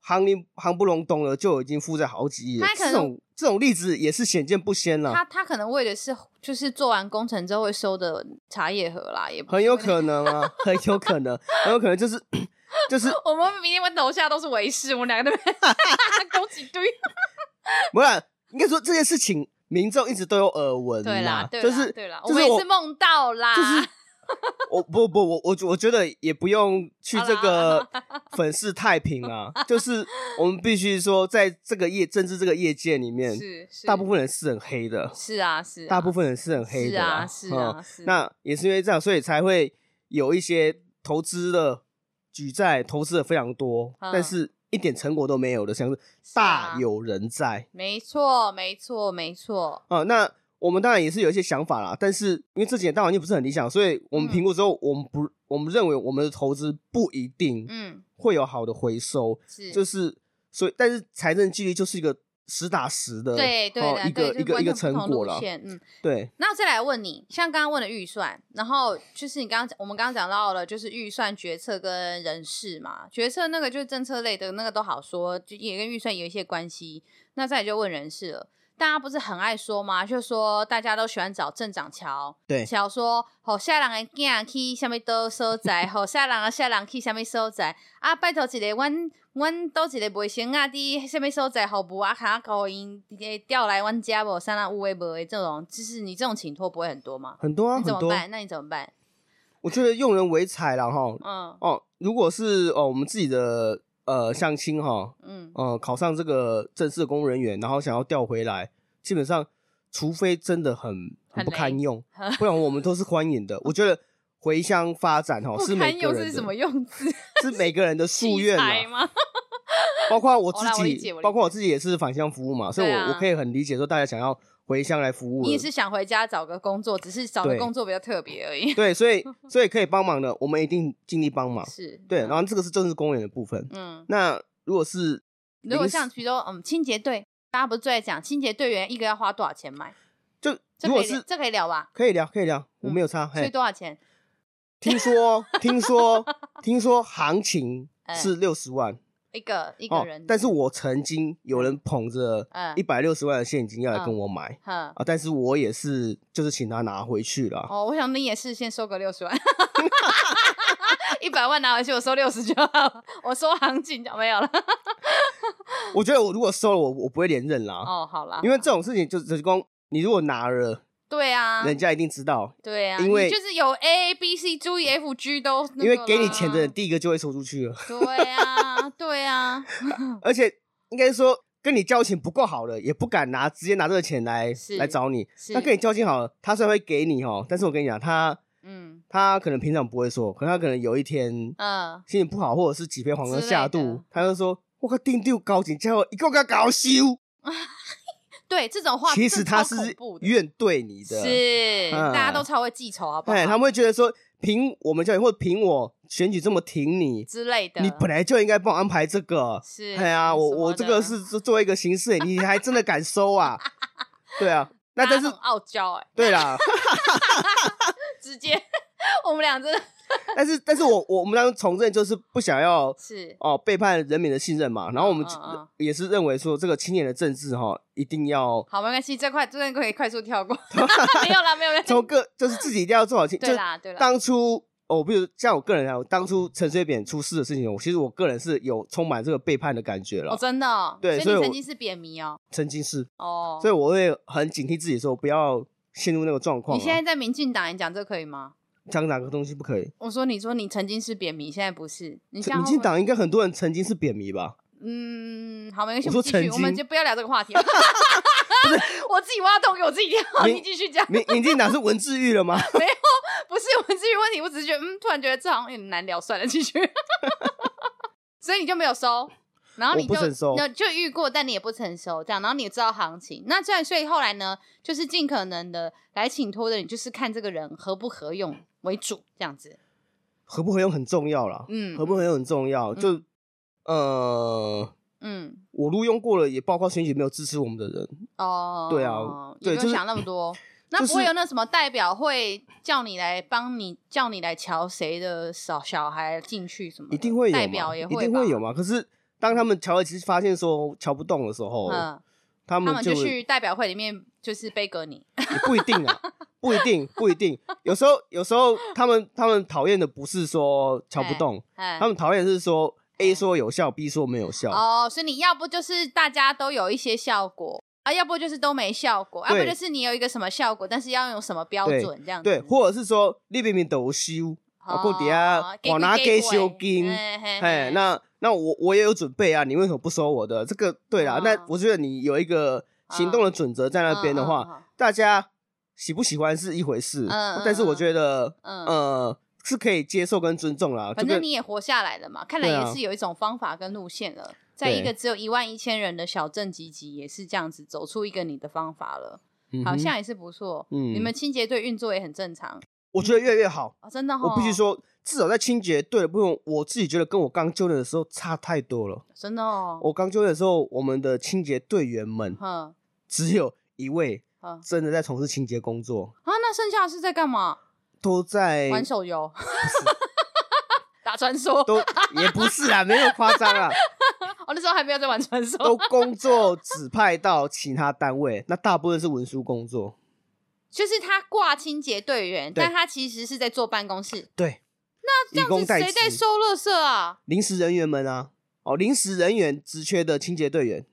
S2: 行里行不隆咚了，就已经负债好几亿了
S1: 他。可能
S2: 这种这种例子也是显见不鲜了。
S1: 他他可能为的是就是做完工程之后会收的茶叶盒啦，也不
S2: 很有可能啊，很有可能，很有可能就是就是，
S1: 我们明天我楼下都是维氏，我们两 个那边攻击堆。
S2: 不然应该说这件事情，民众一直都有耳闻
S1: 对啦，对啦，
S2: 啊就是
S1: 对啦，
S2: 就是
S1: 们也
S2: 我
S1: 是梦到啦，
S2: 就是我不不我我我觉得也不用去这个粉饰太平 啊，就是我们必须说，在这个业政治这个业界里 面，
S1: 是是，
S2: 大部分人是很黑的，
S1: 是啊是啊，
S2: 大部分人是很黑
S1: 是
S2: 的啦
S1: 啊是啊
S2: 嗯
S1: 是啊，
S2: 那也是因为这样，所以才会有一些投资的举债，投资的非常多，
S1: 嗯
S2: 但是一点成果都没有的，像是
S1: 是啊
S2: 大有人在
S1: 没错没错没错，
S2: 啊、那我们当然也是有一些想法啦，但是因为这几年大环境不是很理想，所以我们
S1: 嗯
S2: 评估之后，我们不，我们认为我们的投资不一定
S1: 嗯
S2: 会有好的回收，
S1: 是
S2: 就是所以，但是财政纪律就是一个实打实的，
S1: 对对
S2: 哦
S1: 的，
S2: 一个
S1: 对
S2: 一个一个成果
S1: 了
S2: 了，，
S1: 嗯。
S2: 对，
S1: 那再来问你，像刚刚问的预算，然后就是你刚刚讲我们刚刚讲到了，就是预算决策跟人事嘛，决策那个就是政策类的那个都好说，就也跟预算有一些关系。那再来就问人事了，大家不是很爱说吗？就说大家都喜欢找镇长瞧，
S2: 对
S1: 瞧说吼下人的囝去下面都所 在，吼下人啊下人去下面所在啊，拜托一个阮阮倒一个袂成啊，伫什物所在服务啊，卡互因直接调来阮家无，啥那有诶无诶这种，就是你这种请托不会很多吗？
S2: 很多啊，
S1: 你怎
S2: 很
S1: 么
S2: 多，
S1: 办？那你怎么办？
S2: 我觉得用人为才啦，哈。
S1: 嗯
S2: 哦，如果是哦我们自己的呃相亲哈，
S1: 嗯，
S2: 呃考上这个正式的公务人员，然后想要调回来，基本上除非真的很
S1: 很
S2: 很不堪
S1: 雷
S2: 用，不然我们都是欢迎的。我觉得回乡发展哈
S1: 不
S2: 是
S1: 堪
S2: 每个
S1: 用
S2: 人
S1: 是
S2: 的
S1: 什么用字？
S2: 是每 个人的夙愿
S1: 奇才
S2: 啦，
S1: 吗？
S2: 包括 我
S1: 好啦我
S2: 自
S1: 理解
S2: 己
S1: 我，理
S2: 包括我自己也是返乡服务嘛，所以
S1: 对
S2: 我我
S1: 啊
S2: 可以很理解说大家想要回乡来服务
S1: 你也
S2: 了。
S1: 是想回家找个工作，只是找的
S2: 对
S1: 工作比较特别而已。
S2: 对，所以所以可以帮忙的，我们一定尽力帮忙。
S1: 是，
S2: 对，
S1: 嗯
S2: 然后这个是正式公务员的部分。
S1: 嗯，
S2: 那如果是
S1: 如果
S2: 临时
S1: 像比如说，嗯，清洁队，大家不是最爱讲清洁队员一个要花多少钱买？
S2: 就
S1: 这可
S2: 如果
S1: 以聊
S2: 是
S1: 这可以聊吧？嗯
S2: 可以聊，可以聊，我没有差。
S1: 所以
S2: 嘿，
S1: 多少钱？
S2: 听说听说听说行情
S1: 哎
S2: 是六十万
S1: 一个一个
S2: 哦
S1: 人，，
S2: 但是我曾经有人捧着
S1: 嗯
S2: 一百六十万的现金要来跟我买
S1: 哼，
S2: 啊，但是我也是就是请他拿回去了。
S1: 哦，我想你也是先收个六十 万，一百万拿回去，我收六十就好了，我收行情就没有了。
S2: 我觉得我如果收了，我我不会连任啦，
S1: 哦，好啦，
S2: 啊因为这种事情就是就是光你如果拿了，
S1: 对啊，
S2: 人家一定知道，
S1: 对啊，
S2: 因
S1: 你
S2: 为
S1: 就是有 A B C D E F G 都那
S2: 因为
S1: 个
S2: 给你
S1: 啦啊
S2: 钱的人，第一个就会收出去了。
S1: 对啊，对啊，
S2: 而且应该说跟你交情不够好的，也不敢拿直接拿这个钱来
S1: 是
S2: 来找你。
S1: 是
S2: 那跟你交情好了，他虽然会给你哦，但是我跟你讲，他
S1: 嗯
S2: 他可能平常不会说，可能他可能有一天
S1: 嗯，
S2: 心情不好，或者是几杯黄河下
S1: 之类的
S2: 肚，他就说：“我靠，定丢高警叫我一个个搞修。
S1: 对，这种”话
S2: 其实
S1: 这
S2: 他
S1: 超
S2: 是
S1: 恐怖的
S2: 怨对你的，
S1: 是，
S2: 嗯
S1: 大家都超会记仇，好不好？
S2: 哎，他们会觉得说，凭我们教育或凭我选举这么挺你，
S1: 之类的，
S2: 你本来就应该帮我安排这个，
S1: 是，
S2: 哎呀，我
S1: 什么
S2: 我这个
S1: 的啊
S2: 是作为一个形式，你还真的敢收啊？ 对啊，那
S1: 大家
S2: 但是
S1: 欸都很傲娇哎、
S2: 对啦，
S1: 直接我们俩真的
S2: 但是，但是我我我们当时从政就是不想要
S1: 是，
S2: 哦背叛人民的信任嘛，然后我们
S1: 嗯嗯嗯
S2: 也是认为说这个青年的政治哈、一定要
S1: 好，没关系，这块这块可以快速跳 过，没有啦，没有，没有
S2: 从个就是自己一定要 做好青，就
S1: 对啦，对啦，
S2: 当初哦，比如像我个人啊，我当初陈水扁出事的事情，我其实我个人是有充满这个背叛的感觉了，
S1: 哦，真的哦，
S2: 对
S1: 所
S2: 所以
S1: 以
S2: 我
S1: 你曾经是扁迷哦，
S2: 曾经是，
S1: 哦，
S2: 所以我会很警惕自己说不要陷入那个状况、
S1: 你
S2: 啊。
S1: 现在在民进党，你讲这可以吗？
S2: 讲哪个东西不可以？
S1: 我说，你说你曾经是扁迷，现在不是，你这样
S2: 民
S1: 会
S2: 进
S1: 不会
S2: 党应该很多人曾经是扁迷吧？
S1: 嗯，好，没关系，
S2: 我说
S1: 们继续，
S2: 曾
S1: 我们
S2: 经
S1: 就不要聊这个话题了。 我自己挖洞给我自己跳，
S2: 你
S1: 你继续讲。
S2: 民民进党是文字狱了吗？
S1: 不是我至于问题，我只是觉得，嗯，突然觉得这好像有点难聊，算了，继续。 所以你就没有收，然后
S2: 我
S1: 你
S2: 不
S1: 就
S2: 曾收
S1: 那就遇过，但你也不曾收，这样，然后你也知道行情。那这样，所以后来呢，就是尽可能的来请托的，你就是看这个人合不合用为主，这样子。
S2: 合不合用很重要啦，
S1: 嗯
S2: 合不合用很重要。就呃，
S1: 嗯，
S2: 我录用过了，也包括选举没有支持我们的人，
S1: 哦，
S2: 对啊
S1: 也
S2: 对
S1: 不
S2: 就
S1: 用
S2: 是
S1: 想那么多。那
S2: 就
S1: 不会
S2: 是
S1: 有那什么代表会叫你来帮你叫你来瞧谁的小小孩进去什么的？
S2: 一定会有
S1: 代
S2: 嘛，
S1: 表也
S2: 一定
S1: 吧
S2: 会有嘛。可是当他们瞧，其实发现说瞧不动的时候，
S1: 嗯，
S2: 他
S1: 他
S2: 们
S1: 们
S2: 就
S1: 就去代表会里面就是背格你，
S2: 也不一定啊， 不一定，不一定。有时候，有时候他们他们讨厌的不是说瞧不动，
S1: 哎
S2: 他，们讨厌的是说
S1: 哎
S2: A 说有效，B 说没有效。
S1: 哦，所以你要不就是大家都有一些效果啊，要不就是都没效果，要啊不
S2: 对
S1: 就是你有一个什么效果，但是要用什么标
S2: 对
S1: 准这样子，
S2: 对，或者是说你明明都有修，我够底
S1: 哦
S2: 下我拿给修金，哎
S1: 哎，，
S2: 那那我我也有准备啊，你为什么不收我的？这个对啦，
S1: 嗯
S2: 那我觉得你有一个行动的准则在那边的话，
S1: 话，
S2: 大家喜不喜欢是一回事，
S1: 嗯嗯
S2: 但是我觉得
S1: 嗯嗯
S2: 呃是可以接受跟尊重啦。
S1: 反
S2: 这
S1: 正
S2: 个
S1: 你也活下来了嘛，看来
S2: 对啊
S1: 也是有一种方法跟路线了。在一个只有一万一千人的小镇集集，也是这样子走出一个你的方法了，
S2: 嗯
S1: 好
S2: 哼
S1: 像也是不错。
S2: 嗯
S1: 你们清洁队运作也很正常
S2: 我觉得越来越好。
S1: 哦，真的、哦。
S2: 我必须，说，至少在清洁队的部分，我自己觉得跟我刚就任的时候差太多了。
S1: 真的哦。
S2: 我刚就任的时候，我们的清洁队员们
S1: 哼
S2: 只有一位
S1: 哼啊，
S2: 真的在从事清洁工作，
S1: 那剩下的是在干嘛？
S2: 都在
S1: 玩手游，打传说。
S2: 都也不是啊，没那么夸张啊，
S1: 哦，那时候还没有在玩传
S2: 都
S1: 说，
S2: 工作指派到其他单位，那大部分是文书工作。
S1: 就是他挂清洁队员，
S2: 对
S1: 但他其实是在坐办公室。
S2: 对，
S1: 这
S2: 那以
S1: 样
S2: 工
S1: 子
S2: 代
S1: 谁在
S2: 职，
S1: 收垃圾啊？
S2: 临时人员们啊，哦，临时人员职缺的清洁队员。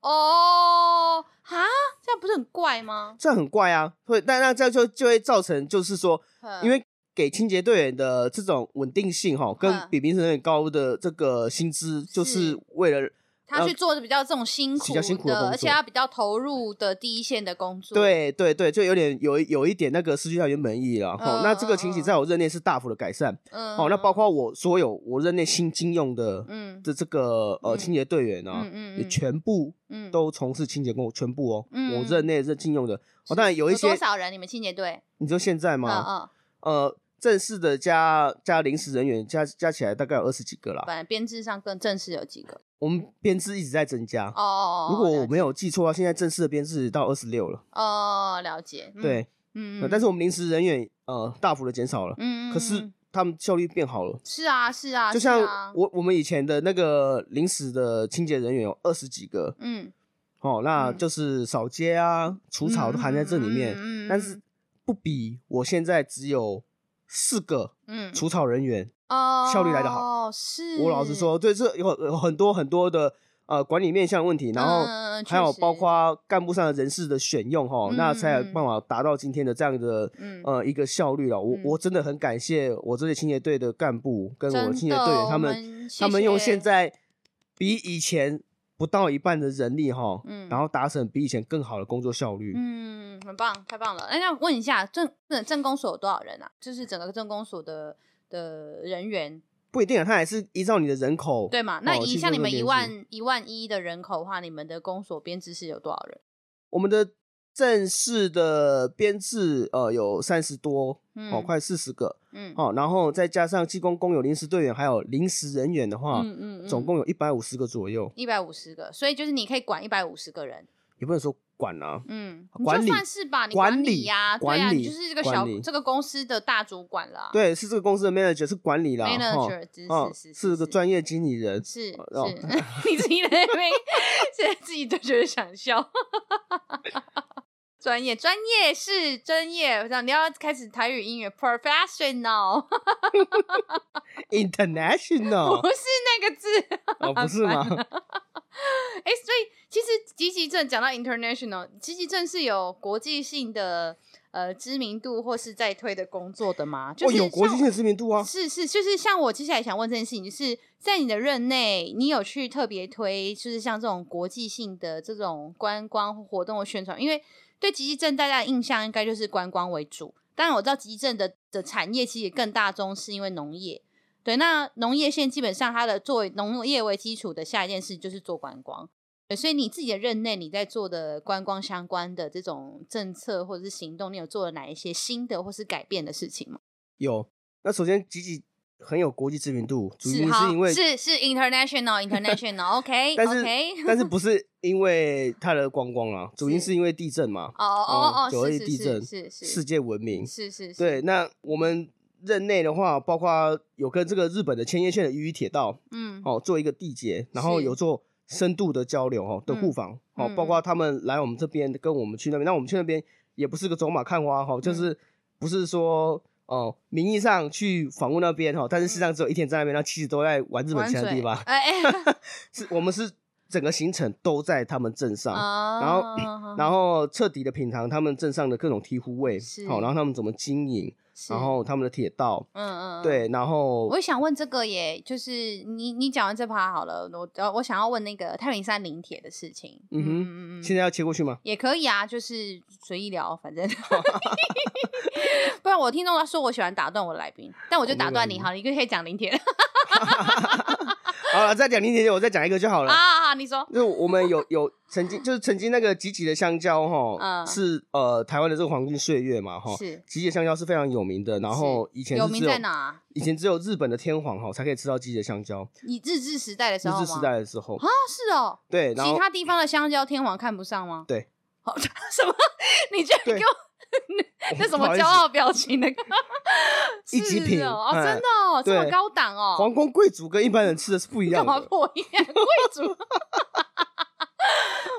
S1: 哦，哈，这样不是很怪吗？
S2: 这很怪啊，会但那这样就就会造成，就是说，
S1: 哼
S2: 因为给清洁队员的这种稳定性哈，
S1: 嗯
S2: 跟比民生人员高的这个薪资，就是为了
S1: 他去做的比较这种辛苦
S2: 呃比较辛苦的工
S1: 的，
S2: 作
S1: 而且要比较投入的第一线的工作。，
S2: 对对对，就有点有有一点那个失去他原本意义了哈
S1: 嗯。
S2: 那这个情形在我任内是大幅的改善
S1: 嗯，
S2: 哦。那包括我所有我任内新聘用的
S1: 嗯
S2: 的这个呃
S1: 嗯
S2: 清洁队员呢
S1: 嗯嗯，嗯
S2: 也全部
S1: 嗯，
S2: 都从事清洁工，全部哦，
S1: 嗯
S2: 我任内任聘用的哦，当然有一些
S1: 多，少人？你们清洁队？
S2: 你说现在
S1: 嗯
S2: 吗？
S1: 嗯，
S2: 呃，正式的加加临时人员加加起来大概有二十几个啦。
S1: 本来编制上更正式有几个？
S2: 我们编制一直在增加，
S1: 哦哦，哦
S2: 如果我
S1: 了解
S2: 没有记错的话，现在正式的编制到二十六了。
S1: 哦了解，嗯，
S2: 对，
S1: 嗯嗯，
S2: 呃但
S1: 是
S2: 是我们临时人员呃大幅的减少了，
S1: 嗯，嗯
S2: 可是
S1: 嗯
S2: 他们效率变好了。
S1: 是啊是啊，
S2: 就是像
S1: 啊
S2: 我我们以前的那个临时的清洁人员有二十几个
S1: 嗯，
S2: 哦，那
S1: 嗯
S2: 就是扫街啊、除草都含在这里面，
S1: 嗯
S2: 但是不比我现在只有四个
S1: 嗯
S2: 除草人员
S1: 哦
S2: 效率来得好
S1: 哦是，
S2: 我老实说，对，这有有很多很多的呃管理面向问题，然后
S1: 嗯
S2: 还有
S1: 确实
S2: 包括干部上的人事的选用哈，
S1: 嗯
S2: 那才有
S1: 嗯
S2: 办法达到今天的这样的
S1: 嗯
S2: 呃一个效率了。我
S1: 嗯
S2: 我真的很感谢我这些清洁队的干部跟我
S1: 真
S2: 的清洁
S1: 的
S2: 队员，他
S1: 我
S2: 们
S1: 们谢
S2: 他们用
S1: 谢
S2: 现在比以前不到一半的人力哈
S1: 嗯，
S2: 然后达成比以前更好的工作效率。
S1: 嗯，很棒，太棒了。哎，那问一下，政政政工所有多少人啊？就是整个政工所的的人员，
S2: 不一定啊，他还是依照你的人口
S1: 对吗？那
S2: 哦
S1: 以
S2: 去
S1: 像
S2: 做
S1: 你
S2: 这
S1: 们
S2: 个
S1: 一
S2: 编制
S1: 万一万一的人口的话，你们的公所编制是有多少人？
S2: 我们的正式的编制，呃，有三十多，
S1: 嗯
S2: 哦，快四十个，
S1: 嗯，
S2: 哦，然后再加上技工工有临时队员，还有临时人员的话，
S1: 嗯嗯嗯，
S2: 总共有一百五十个左右，
S1: 一百五十个，所以就是你可以管一百五十个人，
S2: 也不能说管啊，
S1: 嗯，
S2: 管
S1: 你
S2: 理
S1: 就算是吧，你
S2: 管理
S1: 理呀、对啊，
S2: 管理
S1: 你就是这个小
S2: 管理
S1: 这个公司的大主管啦，
S2: 对，是这个公司的 manager 是管理啦，哈，
S1: ，manager 是
S2: 嗯，
S1: 是
S2: 是个专业经理人，
S1: 是是，
S2: 哦
S1: 你自己在那边，现在自己都觉得想笑。专业，专业是专业，我想你要开始台语音乐 professional，
S2: international
S1: 不是那个字。
S2: 哦，不是吗？
S1: 哎、所以其实积极症讲到 international，积极症是有国际性的呃知名度或是在推的工作的吗？就
S2: 哦，
S1: 是
S2: 有国
S1: 像
S2: 际性的知名度啊，
S1: 是是，就是像我接下来想问这件事情，就是在你的任内，你有去特别推，就是像这种国际性的这种观光活动的宣传，因为对吉吉镇大家的印象应该就是观光为主。当然，我知道吉吉镇的的产业其实也更大宗是因为农业。对，那农业县基本上它的作为农业为基础的下一件事就是做观光。对所以你自己的任内，你在做的观光相关的这种政策或者是行动，你有做了哪一些新的或是改变的事情吗？
S2: 有。那首先，吉吉很有国际知名度，主
S1: 是
S2: 因
S1: 好
S2: 是因为，
S1: 是是 international international OK
S2: 但是
S1: OK
S2: 但是不是因为它的观光啊，主因
S1: 是
S2: 是因为地震嘛，
S1: 哦哦哦
S2: 九二
S1: 是
S2: 一
S1: 是
S2: 地震
S1: 是是
S2: 世界闻名。
S1: 是是是
S2: 对，那我们任内的话，包括有跟这个日本的千叶县的鱼铁道
S1: 嗯
S2: 哦做一个缔结，然后
S1: 是
S2: 有做深度的交流哦的互访哦
S1: 嗯，
S2: 包括他们来我们这边跟我们去那边，那我们去那边也不是个走马看花哈，
S1: 嗯
S2: 就是不是说。哦，名义上去访问那边哈，但是事实上只有一天在那边，那其实都在玩日
S1: 嗯
S2: 本
S1: 玩
S2: 其他地
S1: 水
S2: 方。
S1: 哎哎
S2: 是我们是整个行程都在他们镇上，
S1: 哦
S2: 然后彻底的品尝他们镇上的各种醍醐味
S1: 是，
S2: 好、然后他们怎么经营，
S1: 是
S2: 然后他们的铁道，
S1: 嗯嗯嗯
S2: 对，然后
S1: 我也想问这个耶，就是你你讲完这趴好了，我呃我想要问那个太平山临铁的事情，
S2: 嗯哼
S1: 嗯
S2: 现在要切过去吗？
S1: 也可以啊，就是随意聊，反正。不然我听众说我喜欢打断我的来宾，但我就
S2: 哦没
S1: 打断
S2: 关
S1: 你
S2: 系
S1: 好，你就可以讲临铁
S2: 好了，再讲零点点，我再讲一个就好了。
S1: 啊，你说
S2: 就是我们有有曾经就是曾经那个集集的香蕉哈，
S1: 嗯
S2: 是呃台湾的这个黄金岁月嘛哈，
S1: 是
S2: 集集的香蕉是非常有名的，然后以前
S1: 有
S2: 是
S1: 名
S2: 只有
S1: 在哪啊？
S2: 以前只有日本的天皇哈才可以吃到集集的香蕉，
S1: 你日治时代的时
S2: 日
S1: 候吗？
S2: 治时代的时候
S1: 啊，，是哦。
S2: 对，然
S1: 其
S2: 后
S1: 他地方的香蕉天王看不上吗？
S2: 对
S1: 好， 什么？你居然给
S2: 对
S1: 我那什
S2: 不
S1: 么
S2: 好意
S1: 骄
S2: 思
S1: 傲表 情的？
S2: 一级
S1: 是
S2: 品
S1: 哦，哦
S2: 哎
S1: 真的哦，这么
S2: 对
S1: 高档哦，
S2: 皇宫贵族跟一般人吃的是不一
S1: 干
S2: 样
S1: 嘛
S2: 的，
S1: 破音啊？贵族，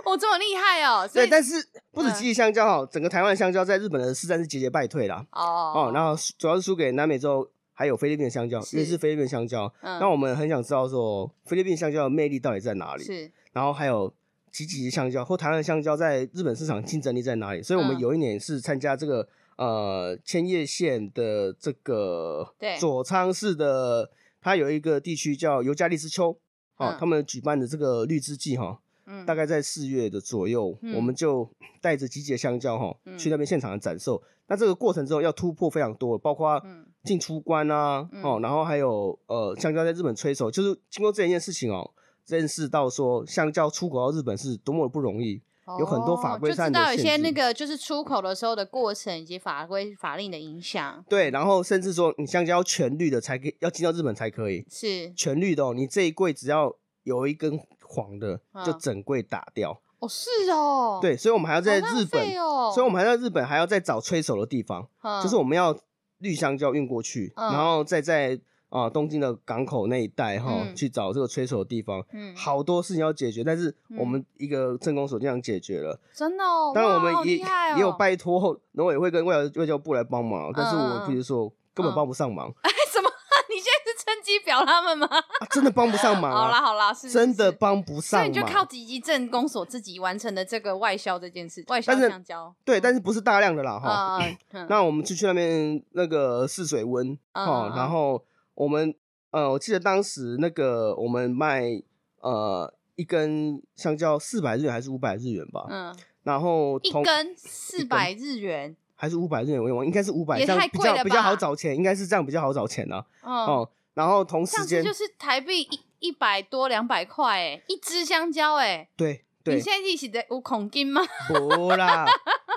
S1: 我这么厉害哦，所
S2: 对，
S1: 以
S2: 但是不止
S1: 嗯
S2: 集集香蕉哈，整个台湾的香蕉在日本的市占是节节败退啦。
S1: 哦
S2: 哦，然后输主要是输给南美洲还有菲律宾的香蕉，
S1: 是
S2: 因为是菲律宾香蕉。
S1: 嗯
S2: 那我们很想知道说菲律宾香蕉的魅力到底在哪里，
S1: 是
S2: 然后还有吉吉的香蕉或台湾的香蕉在日本市场竞争力在哪里？所以我们
S1: 嗯
S2: 有一年是参加这个呃千叶县的这个
S1: 对
S2: 佐仓市的，它有一个地区叫尤加利斯丘。哦
S1: 嗯，
S2: 他们举办的这个绿之季哈，
S1: 嗯
S2: 大概在四月的左右，
S1: 嗯
S2: 我们就带着集结香蕉哈
S1: 嗯
S2: 去那边现场的展售。那这个过程之后要突破非常多，包括
S1: 嗯
S2: 进出关啊，
S1: 嗯
S2: 哦，然后还有呃，香蕉在日本催熟，就是经过这一件事情哦，认识到说香蕉出口到日本是多么的不容易。有很多法
S1: 哦
S2: 规
S1: 就
S2: 上
S1: 知
S2: 的
S1: 道有
S2: 限
S1: 些那
S2: 制
S1: 个就是出口的时候的过程以及法规法令的影响，
S2: 对，然后甚至说你香蕉要全绿的才可以，要进到日本才可以，
S1: 是
S2: 全绿的哦，你这一柜只要有一根黄的，就
S1: 嗯
S2: 整柜打掉。
S1: 哦是哦，
S2: 对，所以我们还要
S1: 好
S2: 在
S1: 浪
S2: 日本，
S1: 费哦，
S2: 所以我们还在日本还要再找催熟的地方。
S1: 们
S2: 就是我们要绿香蕉运过去，
S1: 嗯
S2: 然后再在啊、呃东京的港口那一带哈、
S1: 嗯
S2: 去找这个催熟的地方。
S1: 嗯
S2: 好多事情要解决，但是
S1: 嗯
S2: 我们一个政工所这样解决了。
S1: 真的哦，
S2: 当然，
S1: 哇
S2: 我
S1: 好
S2: 们也、
S1: 厉害哦
S2: 也有拜托农委会跟外交外交部来帮忙，但是
S1: 嗯嗯
S2: 我比如说根本帮不上忙，
S1: 哎 什么？你现在是趁机表他们 吗？
S2: 啊真的帮不上忙、啊，
S1: 好啦好啦，是是
S2: 真的
S1: 是
S2: 帮不
S1: 所以
S2: 上
S1: 你就靠
S2: 忙。
S1: 几级政公所自己完成的这个外销这件事，外销
S2: 但是
S1: 香蕉，
S2: 对，但是不是大量的啦哈。
S1: 啊， 嗯
S2: 那我们就去那边那个试水温
S1: 嗯
S2: 哦
S1: 嗯，
S2: 然
S1: 嗯
S2: 后我们呃，我记得当时那个我们卖呃一根香蕉四百日元还是五百日元吧，
S1: 嗯，
S2: 然后
S1: 一
S2: 同
S1: 根四百日元，
S2: 还是五百日元，我忘了，应该是五百，
S1: 也
S2: 这样
S1: 太
S2: 比
S1: 贵了
S2: 较比较好
S1: 吧
S2: 找钱，应该是这样比较好找钱啊。
S1: 嗯，
S2: 哦，然后同时
S1: 上次
S2: 间
S1: 就是台币一一百多两百块，哎，一支香蕉，哎，
S2: 对
S1: 你
S2: 对，
S1: 现在一起在有恐金吗？
S2: 不啦，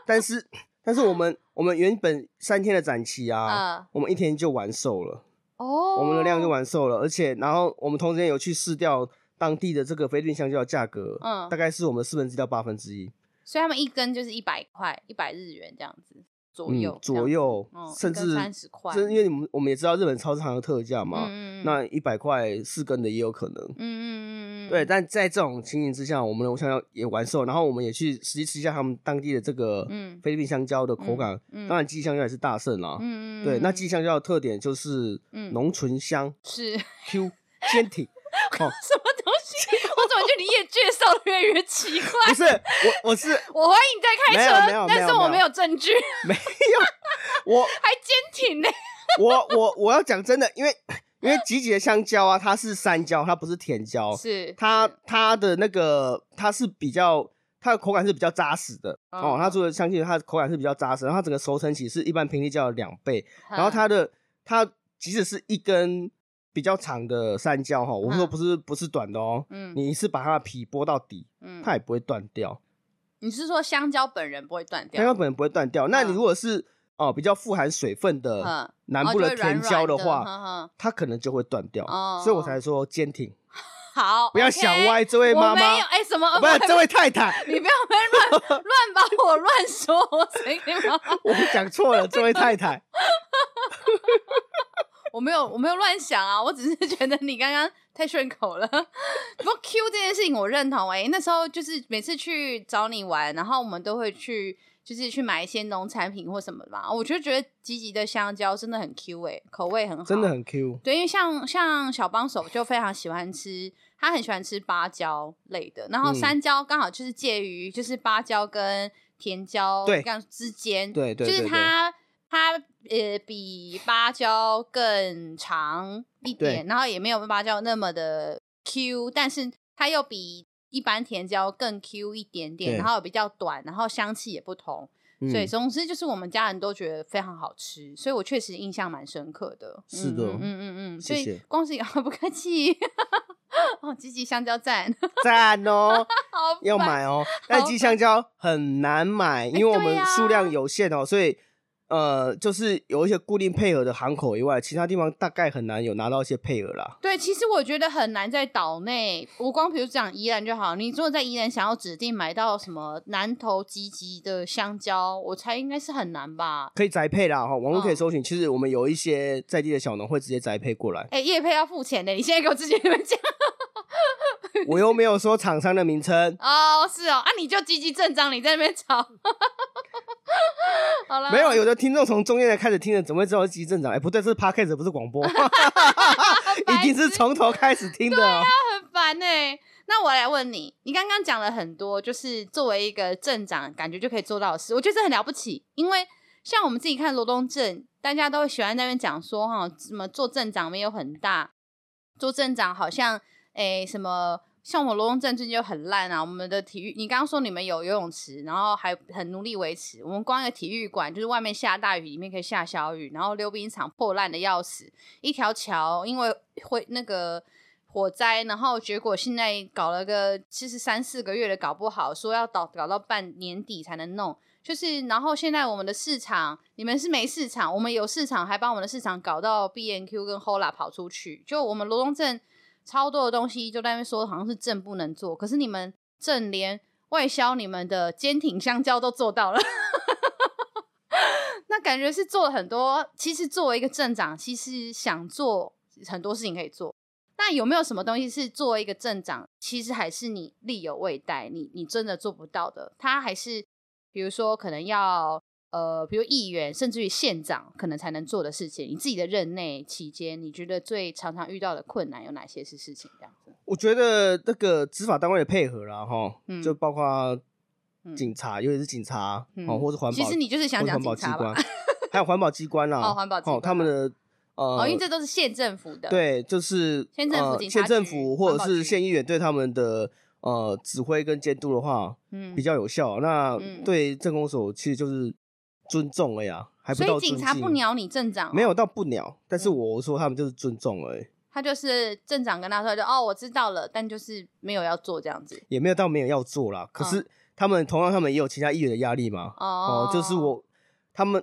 S2: 但是但是我们我们原本三天的展期啊，
S1: 啊，
S2: 我们一天就完售了。
S1: 哦，
S2: 我们的量就完售了，而且然后我们同时间有去试掉当地的这个菲律宾香蕉的价格，
S1: 嗯
S2: 大概是我们四分之一到八分之一，
S1: 所以他们一根就是一百块，一百日元这样子左右
S2: 嗯，，左右
S1: 这样子，哦
S2: 甚至
S1: 三十块，
S2: 这因为我们我们也知道日本超市行的特价嘛，
S1: 嗯嗯嗯
S2: 那一百块四根的也有可能。
S1: 嗯嗯嗯嗯，
S2: 对，但在这种情形之下，我们我想要也完售，然后我们也去实际吃一下他们当地的这个
S1: 嗯
S2: 菲律宾香蕉的口感。
S1: 嗯
S2: 当然，记忆香蕉也是大胜啦。
S1: 嗯嗯嗯
S2: 对，那
S1: 嗯
S2: 记忆香蕉的特点就是
S1: 嗯
S2: 浓 醇香、
S1: 是
S2: Q 坚 挺。哦，
S1: 什么东西？ 我怎么觉得你越介绍的越来越奇怪？
S2: 不是我，我是
S1: 我怀疑你在开车，
S2: 没有没有
S1: 但是我
S2: 没有
S1: 没有证据，
S2: 没有我
S1: 还坚挺呢。
S2: 我我我要讲真的，因为因为吉吉的香蕉啊，它是山蕉，它不是甜蕉，
S1: 是
S2: 它
S1: 是
S2: 它的那个它是比较它的口感是比较扎实的哦
S1: 嗯，
S2: 它除了香气，它的口感是比较扎实，然后它整个熟成期是一般平地蕉的两倍，然后
S1: 嗯
S2: 它的它即使是一根比较长的山蕉哈，我说
S1: 嗯
S2: 不是不是短的哦，
S1: 嗯
S2: 你是把它的皮剥到底，
S1: 嗯
S2: 它也不会断掉，
S1: 你是说香蕉本人不会断掉？
S2: 香蕉本人不会断掉。那你
S1: 嗯
S2: 如果是哦比较富含水分的
S1: 嗯，
S2: 南
S1: 哦
S2: 部
S1: 就
S2: 的
S1: 会软
S2: 甜蕉
S1: 软的
S2: 话，
S1: 哼哼
S2: 它可能就会断掉，
S1: 哦
S2: 所以我才说坚挺，
S1: 好，
S2: 不要
S1: OK
S2: 想歪，这位 妈
S1: 我
S2: 妈，
S1: 没有哎、什么？
S2: 不是这位太太，
S1: 你不要乱 乱把我乱说，我谁给你妈妈？
S2: 我讲 错了，这位太太，
S1: 我没有，我没有乱想啊，我只是觉得你刚刚太顺口了。不过 Q 这件事情我认同哎、那时候就是每次去找你玩，然后我们都会去。就是去买一些农产品或什么嘛，我就觉得吉吉的香蕉真的很 Q 哎、口味很好，
S2: 真的很 Q，
S1: 对，因为像像小帮手就非常喜欢吃，他很喜欢吃芭蕉类的，然后
S2: 嗯
S1: 山椒刚好就是介于就是芭蕉跟甜椒
S2: 对
S1: 这样之间，
S2: 对对
S1: 就是
S2: 对对
S1: 它它呃比芭蕉更长一
S2: 对
S1: 点，然后也没有芭蕉那么的 Q，但是它又比一般甜椒更 Q 一点点，
S2: 对
S1: 然后比较短，然后香气也不同，所以
S2: 嗯，
S1: 总之就是我们家人都觉得非常好吃，所以我确实印象蛮深刻的。
S2: 是
S1: 嗯
S2: 的
S1: 嗯嗯嗯嗯，所
S2: 谢
S1: 以
S2: 谢
S1: 恭喜不客气。 哦，积极香蕉赞，
S2: 赞哦，
S1: 好
S2: 要
S1: 烦。
S2: 买哦，但鸡香蕉很难买，因为我
S1: 对
S2: 们
S1: 呀
S2: 数量有限哦，所以。呃，就是有一些固定配额的行口以外，其他地方大概很难有拿到一些配额啦。
S1: 对，其实我觉得很难在岛内，我光比如讲宜兰就好，你如果在宜兰想要指定买到什么南投积极的香蕉，我猜应该是很难吧。
S2: 可以宅配啦，哈，网络可以
S1: 嗯
S2: 搜寻。其实我们有一些在地的小农会直接宅配过 来，
S1: 哎，叶配要付钱的，你现在给我直接你们讲
S2: 我又没有说厂商的名称，
S1: 哦，是哦，啊，你就积极正章，你在那边吵， 好了，
S2: 没有，有的听众从中间才开始听的，怎么会知道是鸡正长？哎、不对，这是 podcast 不是 广播， 一定是从头开始听的、哦。
S1: 很烦呢、那我来问你，你刚刚讲了很多，就是作为一个镇长，感觉就可以做到的事，我觉得这很了不起。因为像我们自己看罗东镇，大家都会喜欢在那边讲说，哈，什么做镇长没有很大，做镇长好像，诶、什么。像我们罗东镇最近就很烂啊，我们的体育，你刚刚说你们有游泳池，然后还很努力维持。我们光一个体育馆，就是外面下大雨，里面可以下小雨，然后溜冰场破烂的要死，一条桥，因为会那个火灾，然后结果现在搞了个其实三四个月的搞不好，说要搞搞到半年底才能弄。就是，然后现在我们的市场，你们是没市场，我们有市场，还把我们的市场搞到 B N Q 跟 Hola 跑出去。就我们罗东镇超多的东西，就在那边说好像是镇不能做，可是你们镇连外销你们的坚挺香蕉都做到了。 那感觉是做了很多。其实作为一个镇长，其实想做很多事情可以做。那有没有什么东西是作为一个镇长，其实还是你力有未逮，你你真的做不到的？他还是比如说可能要呃，比如议员甚至于县长可能才能做的事情。你自己的任内期间，你觉得最常常遇到的困难有哪些是事情？这样子，
S2: 我觉得那个执法单位的配合啦，哈、
S1: 嗯
S2: 就包括
S1: 嗯
S2: 警察，尤其是警察，
S1: 嗯
S2: 哦，或是环保，
S1: 其实你就是想
S2: 或是
S1: 讲
S2: 环
S1: 警
S2: 保机
S1: 察吧
S2: 关？，还有环保机关啦，
S1: 哦环保机关
S2: 哦，他们的呃，
S1: 哦，因为这都是县政府的，，
S2: 对，就是
S1: 县政府
S2: 呃
S1: 警察
S2: 县政
S1: 局
S2: 府或者
S1: 环保
S2: 是
S1: 局
S2: 县议员对他们的呃指挥跟监督的话
S1: 嗯
S2: 比。较有效。那
S1: 嗯
S2: 对政工所其实就是尊重了呀，还不
S1: 所
S2: 到
S1: 以
S2: 尊
S1: 警
S2: 敬。
S1: 察不鸟你镇长哦、
S2: 没有到不鸟，但是
S1: 嗯
S2: 我说他们就是尊重而已，
S1: 他就是镇长跟他说就哦我知道了，但就是没有要做这样子
S2: 也没有到没有要做啦。
S1: 嗯
S2: 可是他们同样，他们也有其他议员的压力嘛。
S1: 哦
S2: 哦，就是，我他们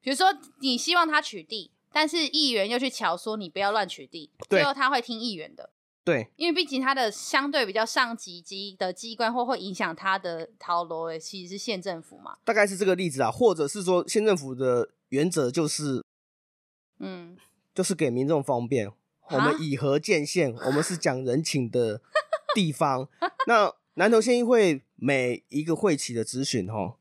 S1: 比如说你希望他取缔，但是议员又去瞧说你不要乱取缔，
S2: 对
S1: 最后他会听议员的，
S2: 对，
S1: 因为毕竟他的相对比较上级级的机关或会影响他的陶罗诶，其实是县政府嘛。
S2: 大概是这个例子啊，或者是说县政府的原则就是
S1: 嗯，
S2: 就是给民众方便，我们以和见县，我们是讲人情的地方。那南投县议会每一个会期的咨询哈，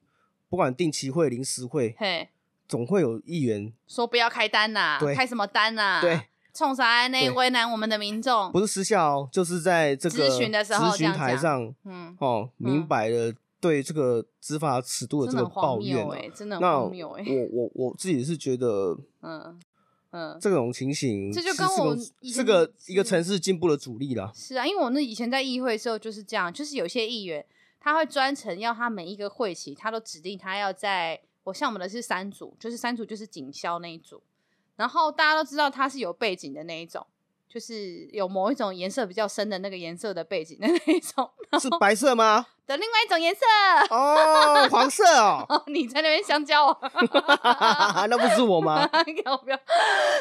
S2: 不管定期会、临时会，
S1: 嘿，
S2: 总会有议员，
S1: 说不要开单呐、
S2: 对
S1: 开什么单呐、
S2: 对，
S1: 冲啥那
S2: 对
S1: 为难我们的民众
S2: 不？是私下哦，就是在这个
S1: 咨询的时候
S2: 咨询
S1: 这样
S2: 台
S1: 讲
S2: 上
S1: 嗯，
S2: 哦，
S1: 嗯
S2: 明白了对这个执法尺度的
S1: 真的
S2: 这个
S1: 很荒
S2: 抱
S1: 谬
S2: 怨
S1: 哎、
S2: 啊。
S1: 真的很
S2: 那
S1: 荒
S2: 我
S1: 谬哎、
S2: 我我自己是 觉得
S1: 嗯嗯，
S2: 这种情形
S1: 这就
S2: 是，
S1: 跟我
S2: 是
S1: 以前
S2: 个是个一个
S1: 是
S2: 城市进步的主力 啦。
S1: 是啊，因为我那以前在议会的时候就是这样，就是有些议员他会专程要他每一个会期，他都指定他要在我像我们的是三组，就是三组就是警消那一组，然后大家都知道他是有背景的那一种，就是有某一种颜色比较深的那个颜色的背景的那一种
S2: 是白色吗？
S1: 的另外一种颜色。，
S2: 哦，黄色哦
S1: 哦，你在那边香蕉 啊？
S2: 那不是我吗？
S1: 给我不 要。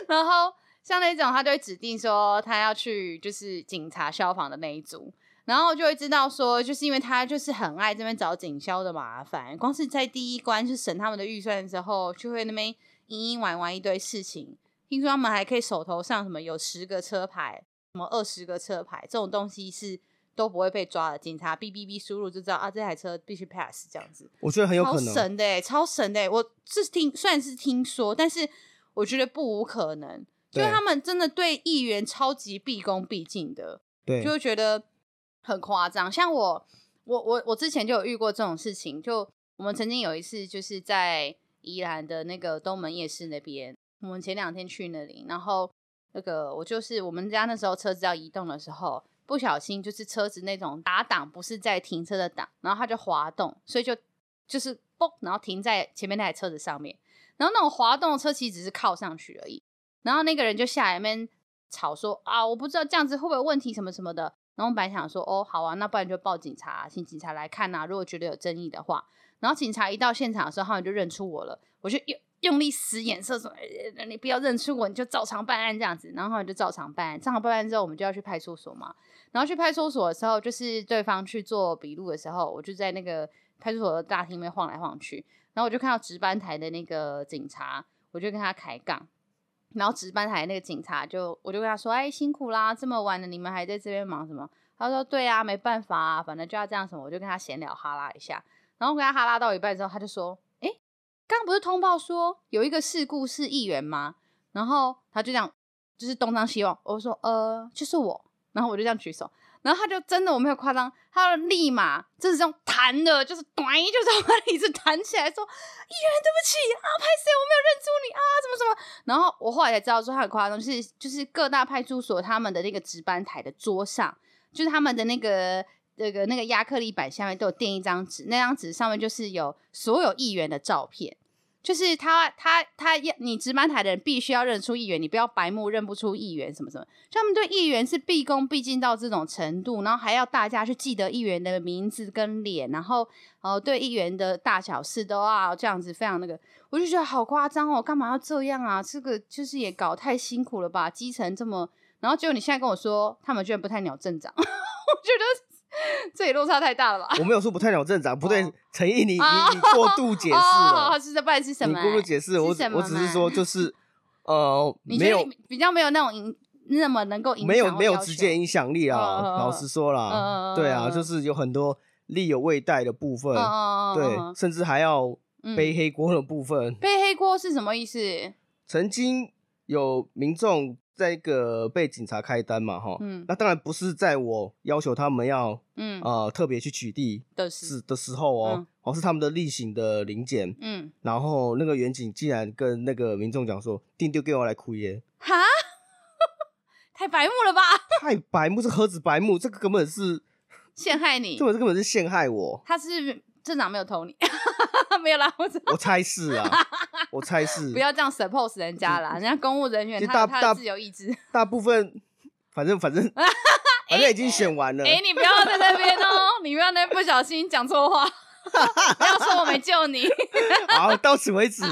S1: 然后像那种，他就会指定说他要去就是警察、消防的那一组，然后就会知道说，就是因为他就是很爱这边找警消的麻烦，光是在第一关去审他们的预算的时候，就会那边阴阴玩玩一堆事情。听说他们还可以手头上什么有十个车牌，什么二十个车牌这种东西是都不会被抓的。警察哔哔哔输入就知道啊，这台车必须 pass 这样子。
S2: 我觉得很有
S1: 超
S2: 可能。
S1: 神的、欸，超神的、欸！我是听虽然是听说，但是我觉得不无可能，就
S2: 对
S1: 是他们真的对议员超级毕恭毕敬的，
S2: 对
S1: 就，会觉得很夸张。像我，我我我之前就有遇过这种事情，就我们曾经有一次就是在宜兰的那个东门夜市那边，我们前两天去那里，然后那个我就是我们家那时候车子要移动的时候。不小心就是车子那种打档，不是在停车的档，然后它就滑动，所以就就是嘣，然后停在前面那台车子上面。然后那种滑动的车其实只是靠上去而已。然后那个人就下来那边吵说啊，我不知道这样子会不会有问题什么什么的。然后我本来想说哦，好啊，那不然就报警察、请警察来看啊呐、如果觉得有争议的话，然后警察一到现场的时候，他们就认出我了，我就用用力使眼色说、呃你不要认出我，你就照常办案这样子。然后他们就照常办案，照常办案之后，我们就要去派出所嘛。然后去派出所的时候，就是对方去做笔录的时候，我就在那个派出所的大厅里面晃来晃去，然后我就看到值班台的那个警察，我就跟他抬杠。然后值班台那个警察就，我就跟他说：“哎，辛苦啦，这么晚了，你们还在这边忙什么？”他说：“对啊，没办法啊，反正就要这样什么。”我就跟他闲聊哈拉一下，然后跟他哈拉到一半之后，他就说：“哎，刚刚不是通报说有一个事故是议员吗？”然后他就这样，就是东张西望。我就说：“呃，就是我。”然后我就这样举手，然后他就真的我没有夸张，他就立马就是这样弹的，就是 短，就是把椅子弹起来说：“议员，对不起啊，拍谁？我没有认出你啊，怎么怎么。”然后我后来才知道说他很夸张，就是就是各大派出所他们的那个值班台的桌上，就是他们的那个那个那个亚克力板下面都有垫一张纸，那张纸上面就是有所有议员的照片。就是他，他，他要你值班台的人必须要认出议员，你不要白目认不出议员什么什么。就他们对议员是毕恭毕敬到这种程度，然后还要大家去记得议员的名字跟脸，然后呃对议员的大小事都要这样子非常那个。我就觉得好夸张哦，干嘛要这样啊？这个就是也搞太辛苦了吧，基层这么，然后结果你现在跟我说他们居然不太鸟镇长，我觉得 这也落差太大了吧？
S2: 我没有说不太鸟镇长，不对
S1: 哦，
S2: 陈毅， 你你
S1: 哦
S2: 你过度解释
S1: 哦，
S2: 了，
S1: 是这不然是什
S2: 你
S1: 么、
S2: 过度解释，我
S1: 是什么
S2: 我只是
S1: 嘛
S2: 说就是呃，
S1: 你
S2: 没
S1: 觉得
S2: 有
S1: 你比较没有那种影，那么能够影响
S2: 没有
S1: 或
S2: 没有
S1: 要
S2: 直
S1: 求
S2: 接影响力啊，
S1: 嗯嗯嗯
S2: 老实说啦，
S1: 嗯嗯嗯
S2: 对啊，
S1: 嗯
S2: 就是有很多力有未逮的部分，
S1: 嗯嗯嗯
S2: 对，
S1: 嗯
S2: 甚至还要
S1: 嗯
S2: 背黑锅的部分，
S1: 背黑锅是什么意思？
S2: 曾经有民众在一个被警察开单嘛，哈，
S1: 嗯
S2: 那当然不是在我要求他们要
S1: 嗯，
S2: 呃特别去取缔
S1: 的是，
S2: 是的时候哦，
S1: 嗯
S2: 哦是他们的例行的临检，
S1: 嗯，
S2: 然后那个远警竟然跟那个民众讲说，定丢给我来哭耶，
S1: 哈， 太白目了吧，
S2: 太白目，这何止白目，这个根本是，
S1: 陷害你
S2: 这。本这根本是陷害我，
S1: 他是镇长没有投你， 没有啦，我只
S2: 我猜是啊，我猜是，
S1: 不要这样 suppose 人家啦，人家公务人员
S2: 就
S1: 他
S2: 大
S1: 有他
S2: 大
S1: 的自由 意志。
S2: 大部分，反正 反正反正已经选完了，
S1: 哎、你不要在那边哦，你不要那边不小心讲错 话，不要说我没救你。
S2: 好，到此为止。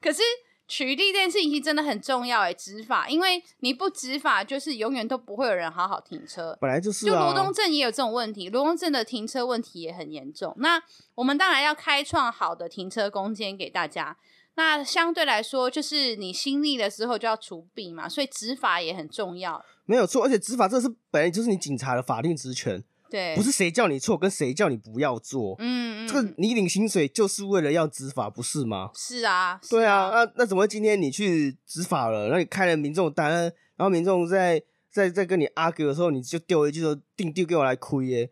S1: 可是取缔这件事情真的很重要哎、执法，因为你不执法，就是永远都不会有人好好停车。
S2: 本来就是
S1: 就
S2: 啊，
S1: 罗东镇也有这种问题，罗东镇的停车问题也很严重。那我们当然要开创好的停车空间给大家。那相对来说，就是你心力的时候就要除弊嘛，所以执法也很重要。
S2: 没有错，而且执法这是本来就是你警察的法定职权，
S1: 对，
S2: 不是谁叫你错跟谁叫你不要做。
S1: 嗯，嗯，
S2: 这个
S1: 嗯
S2: 你领薪水就是为了要执法，不是吗？
S1: 是啊，是
S2: 对啊，，那那怎么会今天你去执法了，那你开了民众单，然后民众在在在跟你 argue 的时候，你就丢一句说定丢给我来亏耶、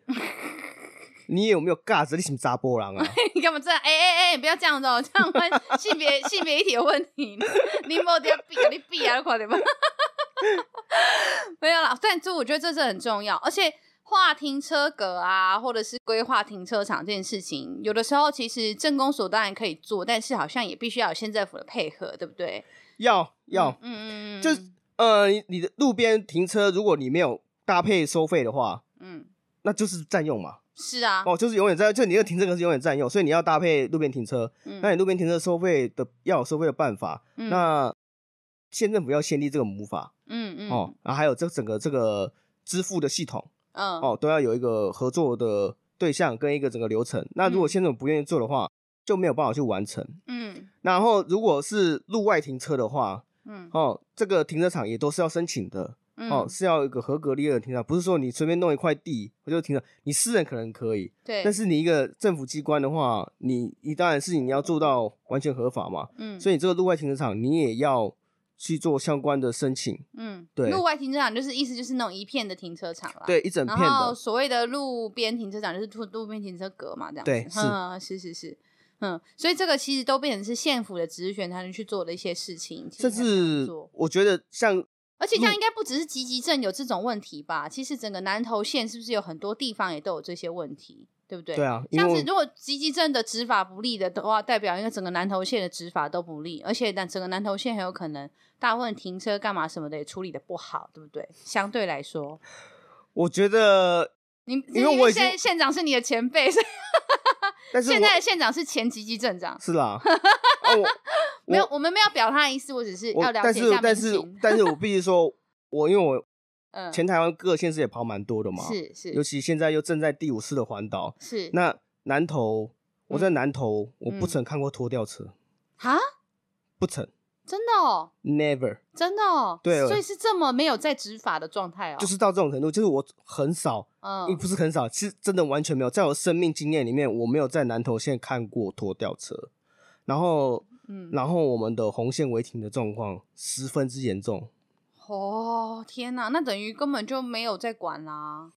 S2: 你有没有尬着？你什么杂波狼啊？
S1: 你干嘛这样？哎哎哎，不要这样子哦，这样 会性别性别一体有问题。 你没得避，你避啊，快点吧。 没有啦，但这我觉得这是很重要，而且划停车格啊，或者是规划停车场这件事情，有的时候其实政工所当然可以做，但是好像也必须要有县政府的配合，对不对？
S2: 要要，
S1: 嗯嗯嗯，
S2: 就是呃，你你的路边停车，如果你没有搭配收费的话，
S1: 嗯
S2: 那就是占用嘛。
S1: 是啊，
S2: 哦，就是永远占，就你的停车格是永远占用，所以你要搭配路边停车。
S1: 嗯
S2: 那你路边停车收费的要有收费的办法，
S1: 嗯
S2: 那县政府要先立这个母法
S1: 嗯嗯
S2: 哦，然后还有这整个这个支付的系统
S1: 嗯
S2: 哦，都要有一个合作的对象跟一个整个流程。那如果
S1: 嗯
S2: 县政府不愿意做的话，就没有办法去完成。
S1: 嗯
S2: 然后如果是路外停车的话，
S1: 嗯
S2: 哦，这个停车场也都是要申请的
S1: 嗯
S2: 哦，是要有一个合格立案的停车场，不是说你随便弄一块地我就停了。你私人可能可以，
S1: 对，
S2: 但是你一个政府机关的话，你你当然是你要做到完全合法嘛，
S1: 嗯
S2: 所以这个路外停车场你也要去做相关的申请，
S1: 嗯
S2: 对
S1: 路外停车场就是意思就是那种一片的停车场啦。
S2: 对，一整
S1: 然
S2: 片
S1: 后
S2: 的，
S1: 所谓的路边停车场就是路路边停车格嘛，这样子
S2: 对是
S1: 嗯是是是，嗯，所以这个其实都变成是县府的职权才能去做的一些事情，其实
S2: 甚
S1: 才这样
S2: 至
S1: 做
S2: 我觉得像
S1: 而且这样应该不只是集集镇有这种问题吧？其实整个南投县是不是有很多地方也都有这些问题，对不对？
S2: 对啊，因
S1: 像
S2: 为
S1: 是如果集集镇的执法不力的话，代表因为整个南投县的执法都不力，而且南整个南投县很有可能大部分停车干嘛什么的也处理的不好，对不对？相对来说，
S2: 我觉得，
S1: 你
S2: 因为我已经
S1: 现在县长是你的前辈，所以
S2: 但是
S1: 现
S2: 我
S1: 在的县长是前吉吉镇长，
S2: 是啦，啊我
S1: 没有，我们没有表他的意思，我只是
S2: 我
S1: 要了
S2: 但
S1: 解
S2: 是
S1: 一下
S2: 但
S1: 民
S2: 是
S1: 情。
S2: 但是我必须说，我因为我
S1: 嗯，
S2: 全台湾各县市也跑蛮多的嘛，
S1: 是
S2: 尤
S1: 是
S2: 其现在又正在第五次的环岛，
S1: 是，
S2: 那南投我在
S1: 嗯
S2: 南投我
S1: 嗯
S2: 不曾看过拖吊车，
S1: 啊，
S2: 不曾
S1: 真的哦，
S2: ，never。
S1: 真的哦，
S2: 对
S1: 所以是这么没有在执法的状态哦，
S2: 就是到这种程度，就是我很少，也
S1: 嗯
S2: 不是很少，其实真的完全没有，在我生命经验里面，我没有在南投县看过拖吊车。然后，
S1: 嗯，
S2: 然后我们的红线违停的状况十分之严重，
S1: 哦天哪，那等于根本就没有在管啦，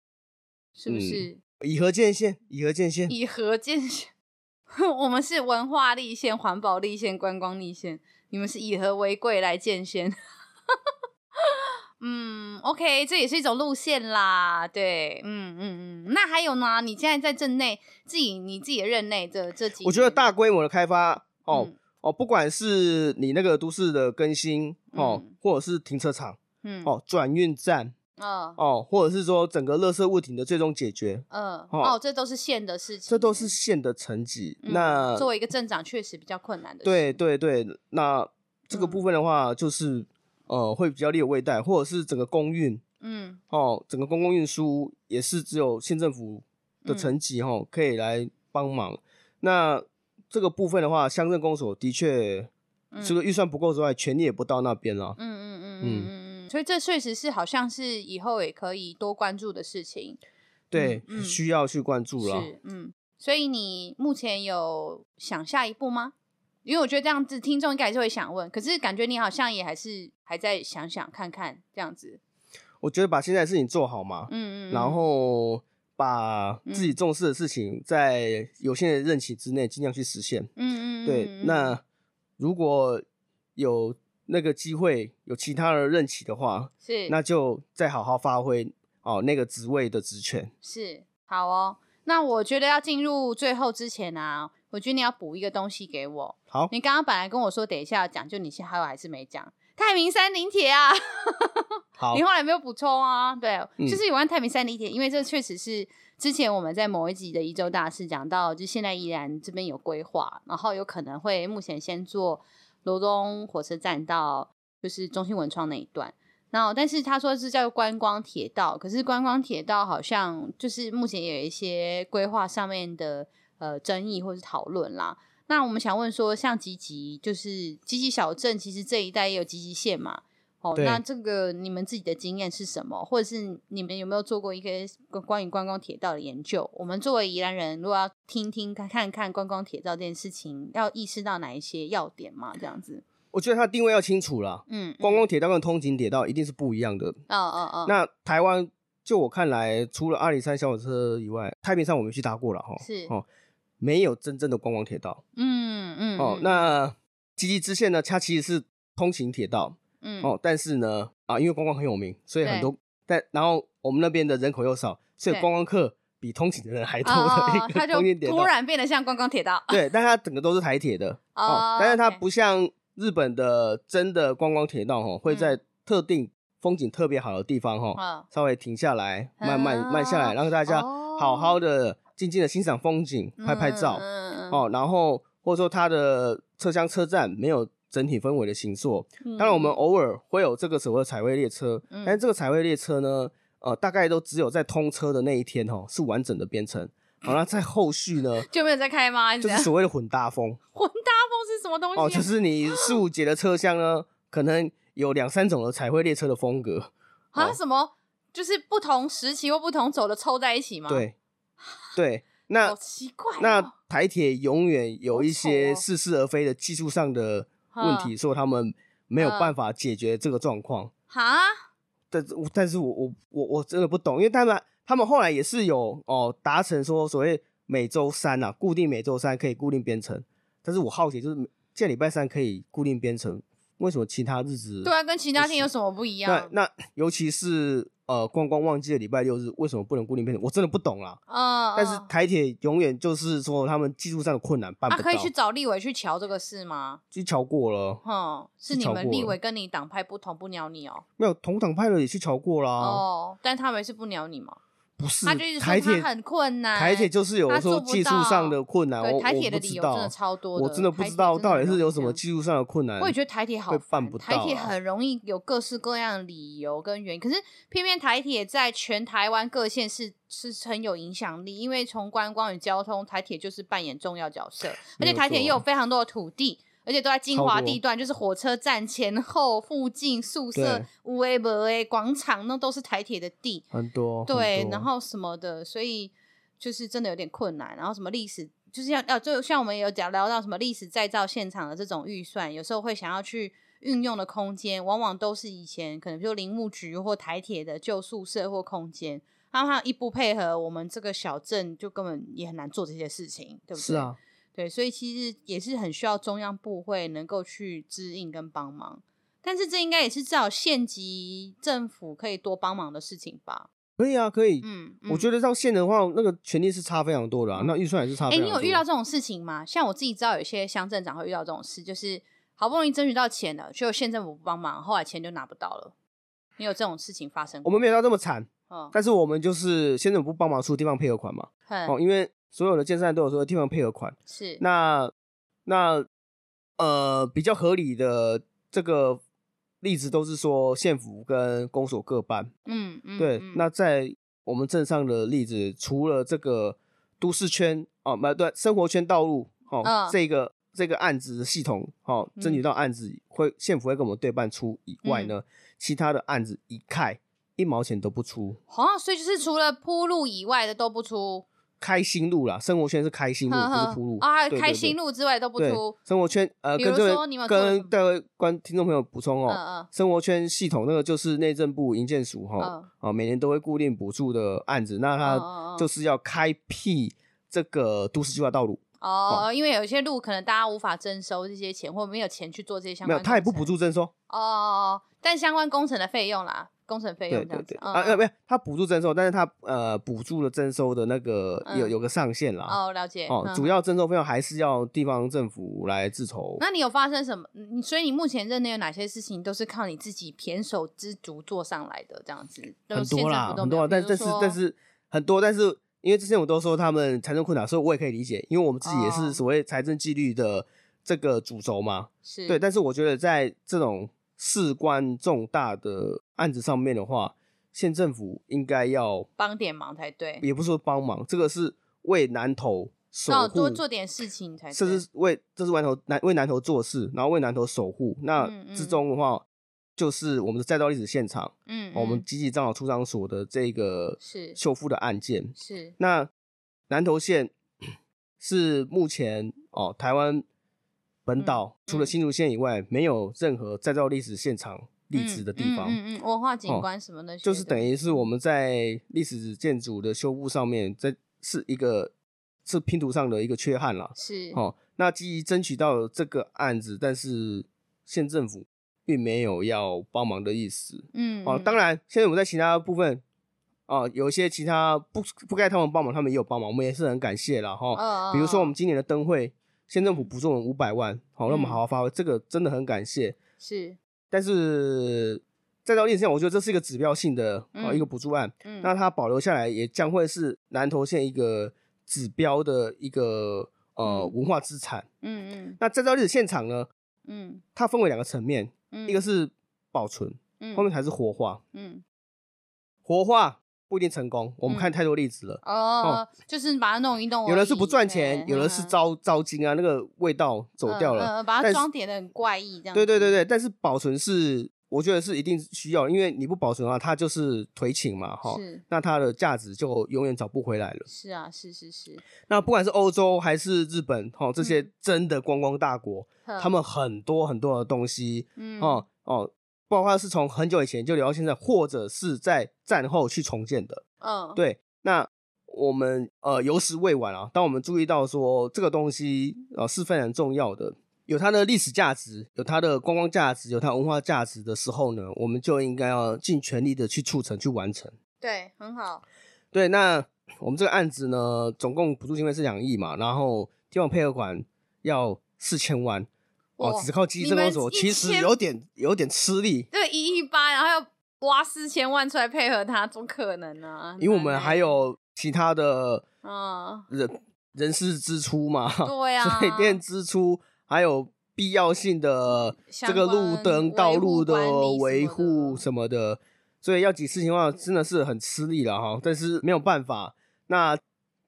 S1: 是
S2: 嗯
S1: 不是？
S2: 以和见县，以和见县，
S1: 以和见县， 我们是文化立县、环保立县、观光立县，你们是以和为贵来建县。 嗯，OK，这也是一种路线啦，对，嗯嗯嗯。那还有呢？你现在在镇内自己你自己的任内这这几年，
S2: 我觉得大规模的开发，哦、
S1: 嗯
S2: 哦，不管是你那个都市的更新，哦，
S1: 嗯
S2: 或者是停车场，
S1: 嗯
S2: 哦，转运站，
S1: 嗯
S2: 哦，或者是说整个垃圾物体的最终解决，
S1: 嗯
S2: 哦
S1: 哦，这都是县的事情，
S2: 这都是县的层级。
S1: 嗯
S2: 那
S1: 作为一个镇长确实比较困难的事。
S2: 对对对，那这个
S1: 嗯
S2: 部分的话，就是、呃，会比较列未待，或者是整个公运
S1: 嗯，
S2: 哦，整个公共运输也是只有县政府的
S1: 嗯
S2: 层级哦，可以来帮忙。那这个部分的话，乡镇公所的确
S1: 嗯
S2: 除了预算不够之外，权力也不到那边了
S1: 嗯。嗯嗯嗯嗯嗯，所以这确实是好像是以后也可以多关注的事情。
S2: 对，
S1: 嗯
S2: 需要去关注了。
S1: 是，嗯，所以你目前有想下一步吗？因为我觉得这样子，听众应该还是会想问，可是感觉你好像也还是还在想想看看这样子。
S2: 我觉得把现在的事情做好嘛，
S1: 嗯嗯，嗯嗯
S2: 然后把自己重视的事情在有限的任期之内尽量去实现。
S1: 嗯嗯，嗯
S2: 对，
S1: 嗯
S2: 那如果有那个机会，有其他的任期的话，
S1: 是
S2: 那就再好好发挥哦那个职位的职权。
S1: 是好哦。那我觉得要进入最后之前啊，我觉得你要补一个东西给我。
S2: 好，
S1: 你刚刚本来跟我说等一下要讲，就你现在还有还是没讲。太平山林铁啊，
S2: 好
S1: 你，后来没有补充啊？对，
S2: 嗯
S1: 就是有关太平山林铁，因为这确实是之前我们在某一集的一周大事讲到，就现在依然这边有规划，然后有可能会目前先做罗东火车站到就是中心文创那一段。然后，但是他说是叫观光铁道，可是观光铁道好像就是目前也有一些规划上面的呃争议或是讨论啦。那我们想问说，像吉吉就是吉吉小镇，其实这一带也有吉吉县嘛？哦，
S2: 对
S1: 那这个你们自己的经验是什么，或者是你们有没有做过一个关关于观光铁道的研究？我们作为宜兰人，如果要听听看看看观光铁道这件事情，要意识到哪一些要点嘛？这样子，
S2: 我觉得它的定位要清楚啦。
S1: 嗯，嗯
S2: 观光铁道跟通勤铁道一定是不一样的。
S1: 哦哦哦，
S2: 那台湾就我看来，除了阿里山小火车以外，太平山我们去搭过了哈，
S1: 是
S2: 哦，没有真正的观光铁道
S1: 嗯嗯
S2: 哦
S1: 嗯。
S2: 那吉吉支线呢，它其实是通勤铁道
S1: 嗯
S2: 哦，但是呢，啊，因为观光很有名，所以
S1: 对
S2: 很多，但然后我们那边的人口又少，所以
S1: 对
S2: 观光客比通勤的人还多
S1: 哦，
S2: 的
S1: 哦
S2: 一
S1: 它
S2: 个
S1: 就
S2: 通勤铁道
S1: 突。然变得像观光铁道。
S2: 对，但它整个都是台铁的哦，但是它
S1: OK
S2: 不像日本的真的观光铁道哦，会
S1: 嗯
S2: 在特定风景特别好的地方哈、哦，
S1: 嗯
S2: 稍微停下来，慢慢、
S1: 啊哦
S2: 慢下来，让大家好好的、静静的欣赏风景，拍拍照、
S1: 嗯，
S2: 哦。然后或者说它的车厢车站没有整体氛围的行塑，当然我们偶尔会有这个所谓的彩绘列车，
S1: 嗯
S2: 但是这个彩绘列车呢，呃，大概都只有在通车的那一天哦，是完整的编程。好、那在后续呢，
S1: 就没有在开吗？
S2: 就是所谓的混搭风
S1: 混搭风是什么东西啊？
S2: 哦，就是你四五节的车厢呢，可能有两三种的彩绘列车的风格，
S1: 啊
S2: 哦
S1: 什么？就是不同时期或不同走的凑在一起吗？，
S2: 对， 对，那
S1: 啊好奇怪哦。
S2: 那台铁永远有一
S1: 好
S2: 些
S1: 丑哦嗯
S2: 似是而非的技术上的问题，说他们没有办法解决这个状况。
S1: 哈，
S2: 但是我，但是我我我我真的不懂，因为他们他们后来也是有哦达成说所谓每周三啊，固定每周三可以固定编程。但是我好奇就是，这礼拜三可以固定编程，为什么其他日子
S1: 对啊，跟其他天有什么不一
S2: 那
S1: 样？
S2: 那尤其是呃观光旺季的礼拜六日，为什么不能固定编程？我真的不懂啦。
S1: 嗯，
S2: 但是
S1: 嗯
S2: 台铁永远就是说他们技术上的困难办
S1: 啊，
S2: 不到，
S1: 可以去找立委去瞧这个事吗？
S2: 去瞧过了，
S1: 哼，是你
S2: 瞧
S1: 们
S2: 过
S1: 立
S2: 了
S1: 委跟你党派不同，不鸟你哦。
S2: 没有同党派的也去瞧过啦。
S1: 哦，但他们是不鸟你嘛？
S2: 不是
S1: 他就一直
S2: 台
S1: 说
S2: 铁
S1: 他很困难，
S2: 台铁就是有
S1: 他做
S2: 说
S1: 不
S2: 技术上的困难，
S1: 对
S2: 啊我
S1: 台铁
S2: 我
S1: 的
S2: 不
S1: 理
S2: 知
S1: 由真
S2: 道
S1: 的，超多
S2: 我真的不知道到底是有什么技术上的困难。
S1: 我也觉得台铁好
S2: 会
S1: 烦
S2: 办不
S1: 台
S2: 到
S1: 铁
S2: 啊
S1: 很容易有各式各样的理由跟原因，可是偏偏台铁在全台湾各县市是很有影响力，因为从观光与交通，台铁就是扮演重要角色，而
S2: 没
S1: 且
S2: 有
S1: 台铁
S2: 错
S1: 也有非常多的土地。而且都在精
S2: 超
S1: 华
S2: 多
S1: 地段，就是火车站前后附近、宿舍
S2: 对、
S1: 五 A 不 A 广场，那都是台铁的地。
S2: 很多很
S1: 对，
S2: 多
S1: 然后什么的，所以就是真的有点困难。然后什么历史，就是要要就像我们有讲聊到什么历史再造现场的这种预算，有时候会想要去运用的空间，往往都是以前可能就林务局或台铁的旧宿舍或空间，他们一不配合，我们这个小镇就根本也很难做这些事情，对不对？
S2: 是，啊，
S1: 对，所以其实也是很需要中央部会能够去支应跟帮忙。但是这应该也是至少县级政府可以多帮忙的事情吧？
S2: 可以啊，可以。
S1: 嗯，
S2: 我
S1: 嗯
S2: 觉得到县的话，那个权力是差非常多的啊，
S1: 嗯
S2: 那预算也是差
S1: 哎、
S2: 非常
S1: 你
S2: 多。
S1: 有遇到这种事情吗？像我自己知道，有些乡镇长会遇到这种事，就是好不容易争取到钱了，结果县政府不帮忙，后来钱就拿不到了。你有这种事情发生
S2: 我
S1: 过？
S2: 们没有到这么惨，
S1: 嗯，
S2: 但是我们就是县政府不帮忙出地方配合款嘛，
S1: 很、
S2: 哦，因为所有的建设案都有说地方配合款，
S1: 是
S2: 那那呃比较合理的这个例子都是说县府跟公所各半。
S1: 嗯嗯
S2: 对，
S1: 嗯
S2: 那在我们镇上的例子，除了这个都市圈哦，不对，生活圈道路哦，
S1: 嗯
S2: 这个这个案子的系统哦，争取到案子会县府会跟我们对半出以外呢，
S1: 嗯
S2: 其他的案子一概一毛钱都不出。
S1: 好哦像所以就是除了铺路以外的都不出，
S2: 开心路啦，生活圈是开心路，
S1: 呵
S2: 不
S1: 呵
S2: 是铺路
S1: 啊，还有
S2: 对
S1: 开
S2: 对对
S1: 心路之外都不
S2: 对
S1: 出，
S2: 生活圈，呃，
S1: 比
S2: 跟
S1: 如
S2: 这
S1: 说你们
S2: 位
S1: 做了什
S2: 跟
S1: 么
S2: 各位观听众朋友补充
S1: 嗯
S2: 哦，
S1: 嗯
S2: 生活圈系统那个就是内政部营建署哈、哦，啊、每年都会固定补助的案子，那
S1: 嗯嗯嗯
S2: 它就是要开辟这个都市计划道路，
S1: 哦，因为有一些路可能大家无法征收这些钱，或没有钱去做这些相
S2: 没
S1: 关
S2: 有，
S1: 工程，
S2: 它也不补助征收，
S1: 哦哦，哦但相关工程的费用啦，工程费
S2: 对
S1: 用这
S2: 对
S1: 样子
S2: 对，，
S1: 嗯
S2: 啊，
S1: 嗯
S2: 呃没有，它补助征收，但是它呃补助的征收的那个有
S1: 嗯
S2: 有个上限啦，
S1: 哦，了解，
S2: 哦
S1: 嗯，
S2: 主要征收费用还是要地方政府来自筹，
S1: 那你有发生什么？你所以你目前任内有哪些事情都是靠你自己胼手知足做上来的？这样子
S2: 很多啦，很多
S1: 多，
S2: 啦，但
S1: 比如
S2: 但是
S1: 说
S2: 但是很多，但是因为之前我都说他们财政困难，所以我也可以理解，因为我们自己也
S1: 哦
S2: 是所谓财政纪律的这个主轴嘛。
S1: 是
S2: 对，但是我觉得在这种事关重大的案子上面的话，县政府应该要，
S1: 帮点忙才对，
S2: 也不是说帮忙，这个是为南投守
S1: 那我
S2: 护
S1: 多，做点事情才
S2: 甚
S1: 对。
S2: 至是为这是为南投南为南投做事，然后为南投守护。那
S1: 嗯嗯
S2: 之中的话，就是我们的再造历史现场，
S1: 嗯，
S2: 哦我们
S1: 嗯
S2: 积极长老出张所的这个
S1: 是
S2: 修复的案件。
S1: 是
S2: 那南投县是目前哦，台湾本
S1: 嗯
S2: 岛、除了新竹县以外，没有任何再造历史现场历史的地方，
S1: 嗯嗯嗯嗯文化景
S2: 哦
S1: 观什么的学的，
S2: 就是等于是我们在历史建筑的修复上面，在是一个是拼图上的一个缺憾啦。
S1: 是
S2: 哦，那基于争取到了这个案子，但是县政府并没有要帮忙的意思。
S1: 嗯
S2: 哦，当
S1: 然
S2: 然，现在我们在其他部分哦，有一些其他不不该他们帮忙，他们也有帮忙，我们也是很感谢啦哈。
S1: 哦
S2: 比如说我们今年的灯会，县政府补助我们五百万，好、让我
S1: 嗯
S2: 们好好发挥，这个真的很感谢。
S1: 是
S2: 但是再到历史上，我觉得这是一个指标性的哦、
S1: 嗯
S2: 一个补助案，
S1: 嗯
S2: 那它保留下来也将会是南投县一个指标的一个呃、
S1: 嗯
S2: 文化资产。
S1: 嗯嗯
S2: 那再到历史现场呢，
S1: 嗯
S2: 它分为两个层面，
S1: 嗯，
S2: 一个是保存，
S1: 嗯
S2: 后面才是活化。
S1: 嗯
S2: 活化不一定成功，我们看太多例子了。
S1: 哦，就是把它弄一弄而已，
S2: 有人是不赚钱，
S1: 嘿
S2: 有人是，
S1: 嗯
S2: 招招金啊，那个味道走掉
S1: 嗯
S2: 了。
S1: 嗯把它
S2: 但是
S1: 装点的很怪异，这样
S2: 对对对
S1: 子，
S2: 对，但是保存是我觉得是一定需要，因为你不保存的话，它就是颓寝嘛，哈。
S1: 是
S2: 那它的价值就永远找不回来了。
S1: 是啊，是是是，
S2: 那不管是欧洲还是日本，哈，这
S1: 嗯
S2: 些真的观光大国，他
S1: 他
S2: 们很多很多的东西，
S1: 嗯
S2: 哦哦，包括是从很久以前就留到现在，或者是在战后去重建的。
S1: 嗯
S2: 对，那我们呃有时未晚啊，当我们注意到说这个东西呃是非常重要的，有它的历史价值，有它的观光价值，有它文化价值的时候呢，我们就应该要尽全力的去促成、去完成。
S1: 对很
S2: 哦
S1: 好，
S2: 对，那我们这个案子呢，总共补助经费是两亿嘛，然后地方配合款要四千万。哦
S1: 哇，
S2: 只靠基
S1: 你
S2: 金政
S1: 们
S2: 所
S1: 一
S2: 其实
S1: 千
S2: 有点有点吃力，
S1: 对一亿八，然后要挖四千万出来配合他，怎么可能呢、啊？
S2: 因为我们还有其他的
S1: 很难欸，
S2: 人人事支 出嘛，
S1: 对啊
S2: 水电支出，还有必要性的这个路灯、
S1: 相关
S2: 道路
S1: 维护管理
S2: 维
S1: 什么的
S2: 护什么的，所以要几次情况真的是很吃力了哈。但是没有办法，那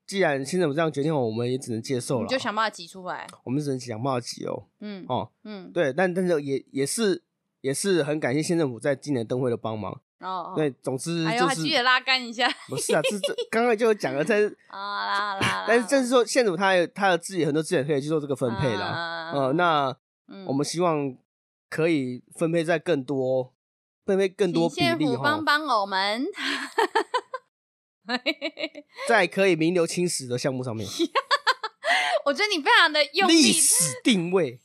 S2: 既然新政府这样决定，我们也只能接受
S1: 嗯，
S2: 了
S1: 你
S2: 哈。
S1: 就想办法挤出来，
S2: 我们只能想办法挤哦。
S1: 嗯
S2: 哦，
S1: 嗯，
S2: 对，但但是也也是也是很感谢县政府在今年灯会的帮忙。
S1: 哦，哦
S2: 对，，总之
S1: 哎呦，
S2: 就
S1: 还记得
S2: 是
S1: 拉杆一下
S2: 不是啊，这这刚刚就有讲了，但是
S1: 啊啦啦啦，
S2: 但是正是说县政府它有它的资源很多资源可以去做这个分配啦。
S1: 啦
S2: 呃，那
S1: 嗯
S2: 我们希望可以分配在更多，分配更
S1: 嗯请
S2: 多比
S1: 县
S2: 例
S1: 府
S2: 哈
S1: 帮，帮我们，
S2: 在可以名留青史的项目上面，
S1: 我觉得你非常的 用
S2: 历
S1: 力，
S2: 史 定位。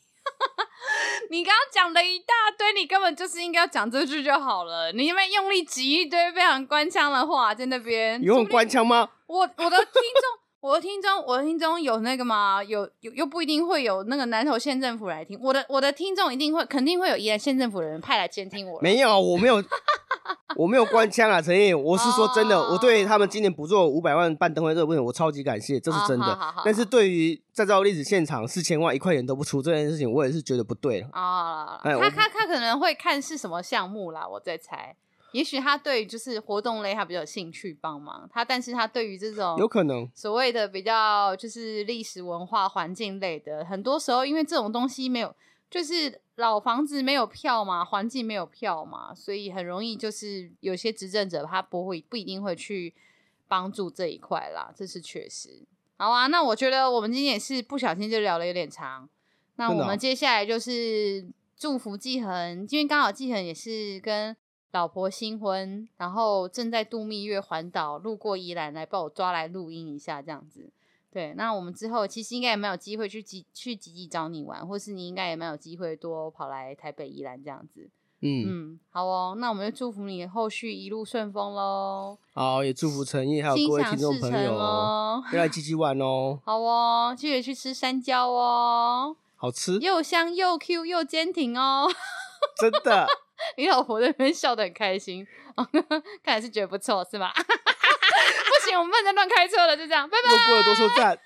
S1: 你刚刚讲了一大堆，你根本就是应该要讲这句就好了，你因为用力挤一堆非常官腔的话在那边，
S2: 有
S1: 说
S2: 用
S1: 不定
S2: 官腔吗？
S1: 我我的听众，我的听众，我的听众有那个吗？有有又不一定会有那个南投县政府来听，我的我的听众一定会肯定会有宜兰县政府的人派来监听我。
S2: 没有，我没有， 我没有官腔啊，陈毅，我是说真的，
S1: 哦
S2: 我对他们今年补助五百万办灯会这个问题，我超级感谢，这是真
S1: 哦
S2: 的
S1: 好好好。
S2: 但是对于再造历史现场四千万一块钱都不出这件事情，我也是觉得不对了。
S1: 啊、
S2: 哎
S1: 他
S2: 我
S1: 他他可能会看是什么项目啦，我在猜。也许他对于就是活动类他比较有兴趣帮忙，他但是他对于这种
S2: 有可能，
S1: 所谓的比较就是历史文化环境类的，很多时候因为这种东西没有，就是老房子没有票嘛，环境没有票嘛，所以很容易就是有些执政者他不会不一定会去帮助这一块啦，这是确实。好啊，那我觉得我们今天也是不小心就聊了有点长，那
S2: 真的
S1: 我们
S2: 哦
S1: 接下来就是祝福季恒，因为刚好季恒也是跟老婆新婚，然后正在度蜜月环岛，路过宜兰来把我抓来录音一下，这样子。对，那我们之后其实应该也没有机会去集去集集找你玩，或是你应该也没有机会多跑来台北宜兰这样子。
S2: 嗯，
S1: 嗯，好哦，那我们就祝福你后续一路顺风喽，
S2: 好，也祝福陈毅还有
S1: 心
S2: 各位
S1: 想
S2: 听众
S1: 事
S2: 朋
S1: 成
S2: 友，
S1: 哦。
S2: 要来积极玩哦，
S1: 好哦，记得去吃山椒哦，
S2: 好吃，
S1: 又香又 Q 又坚挺哦。
S2: 真的。
S1: 你老婆在那边笑得很开心，哦 看来 是觉得不错是吧？不行，我们不能再乱开车了，就这样，拜拜。
S2: 又过了多少站？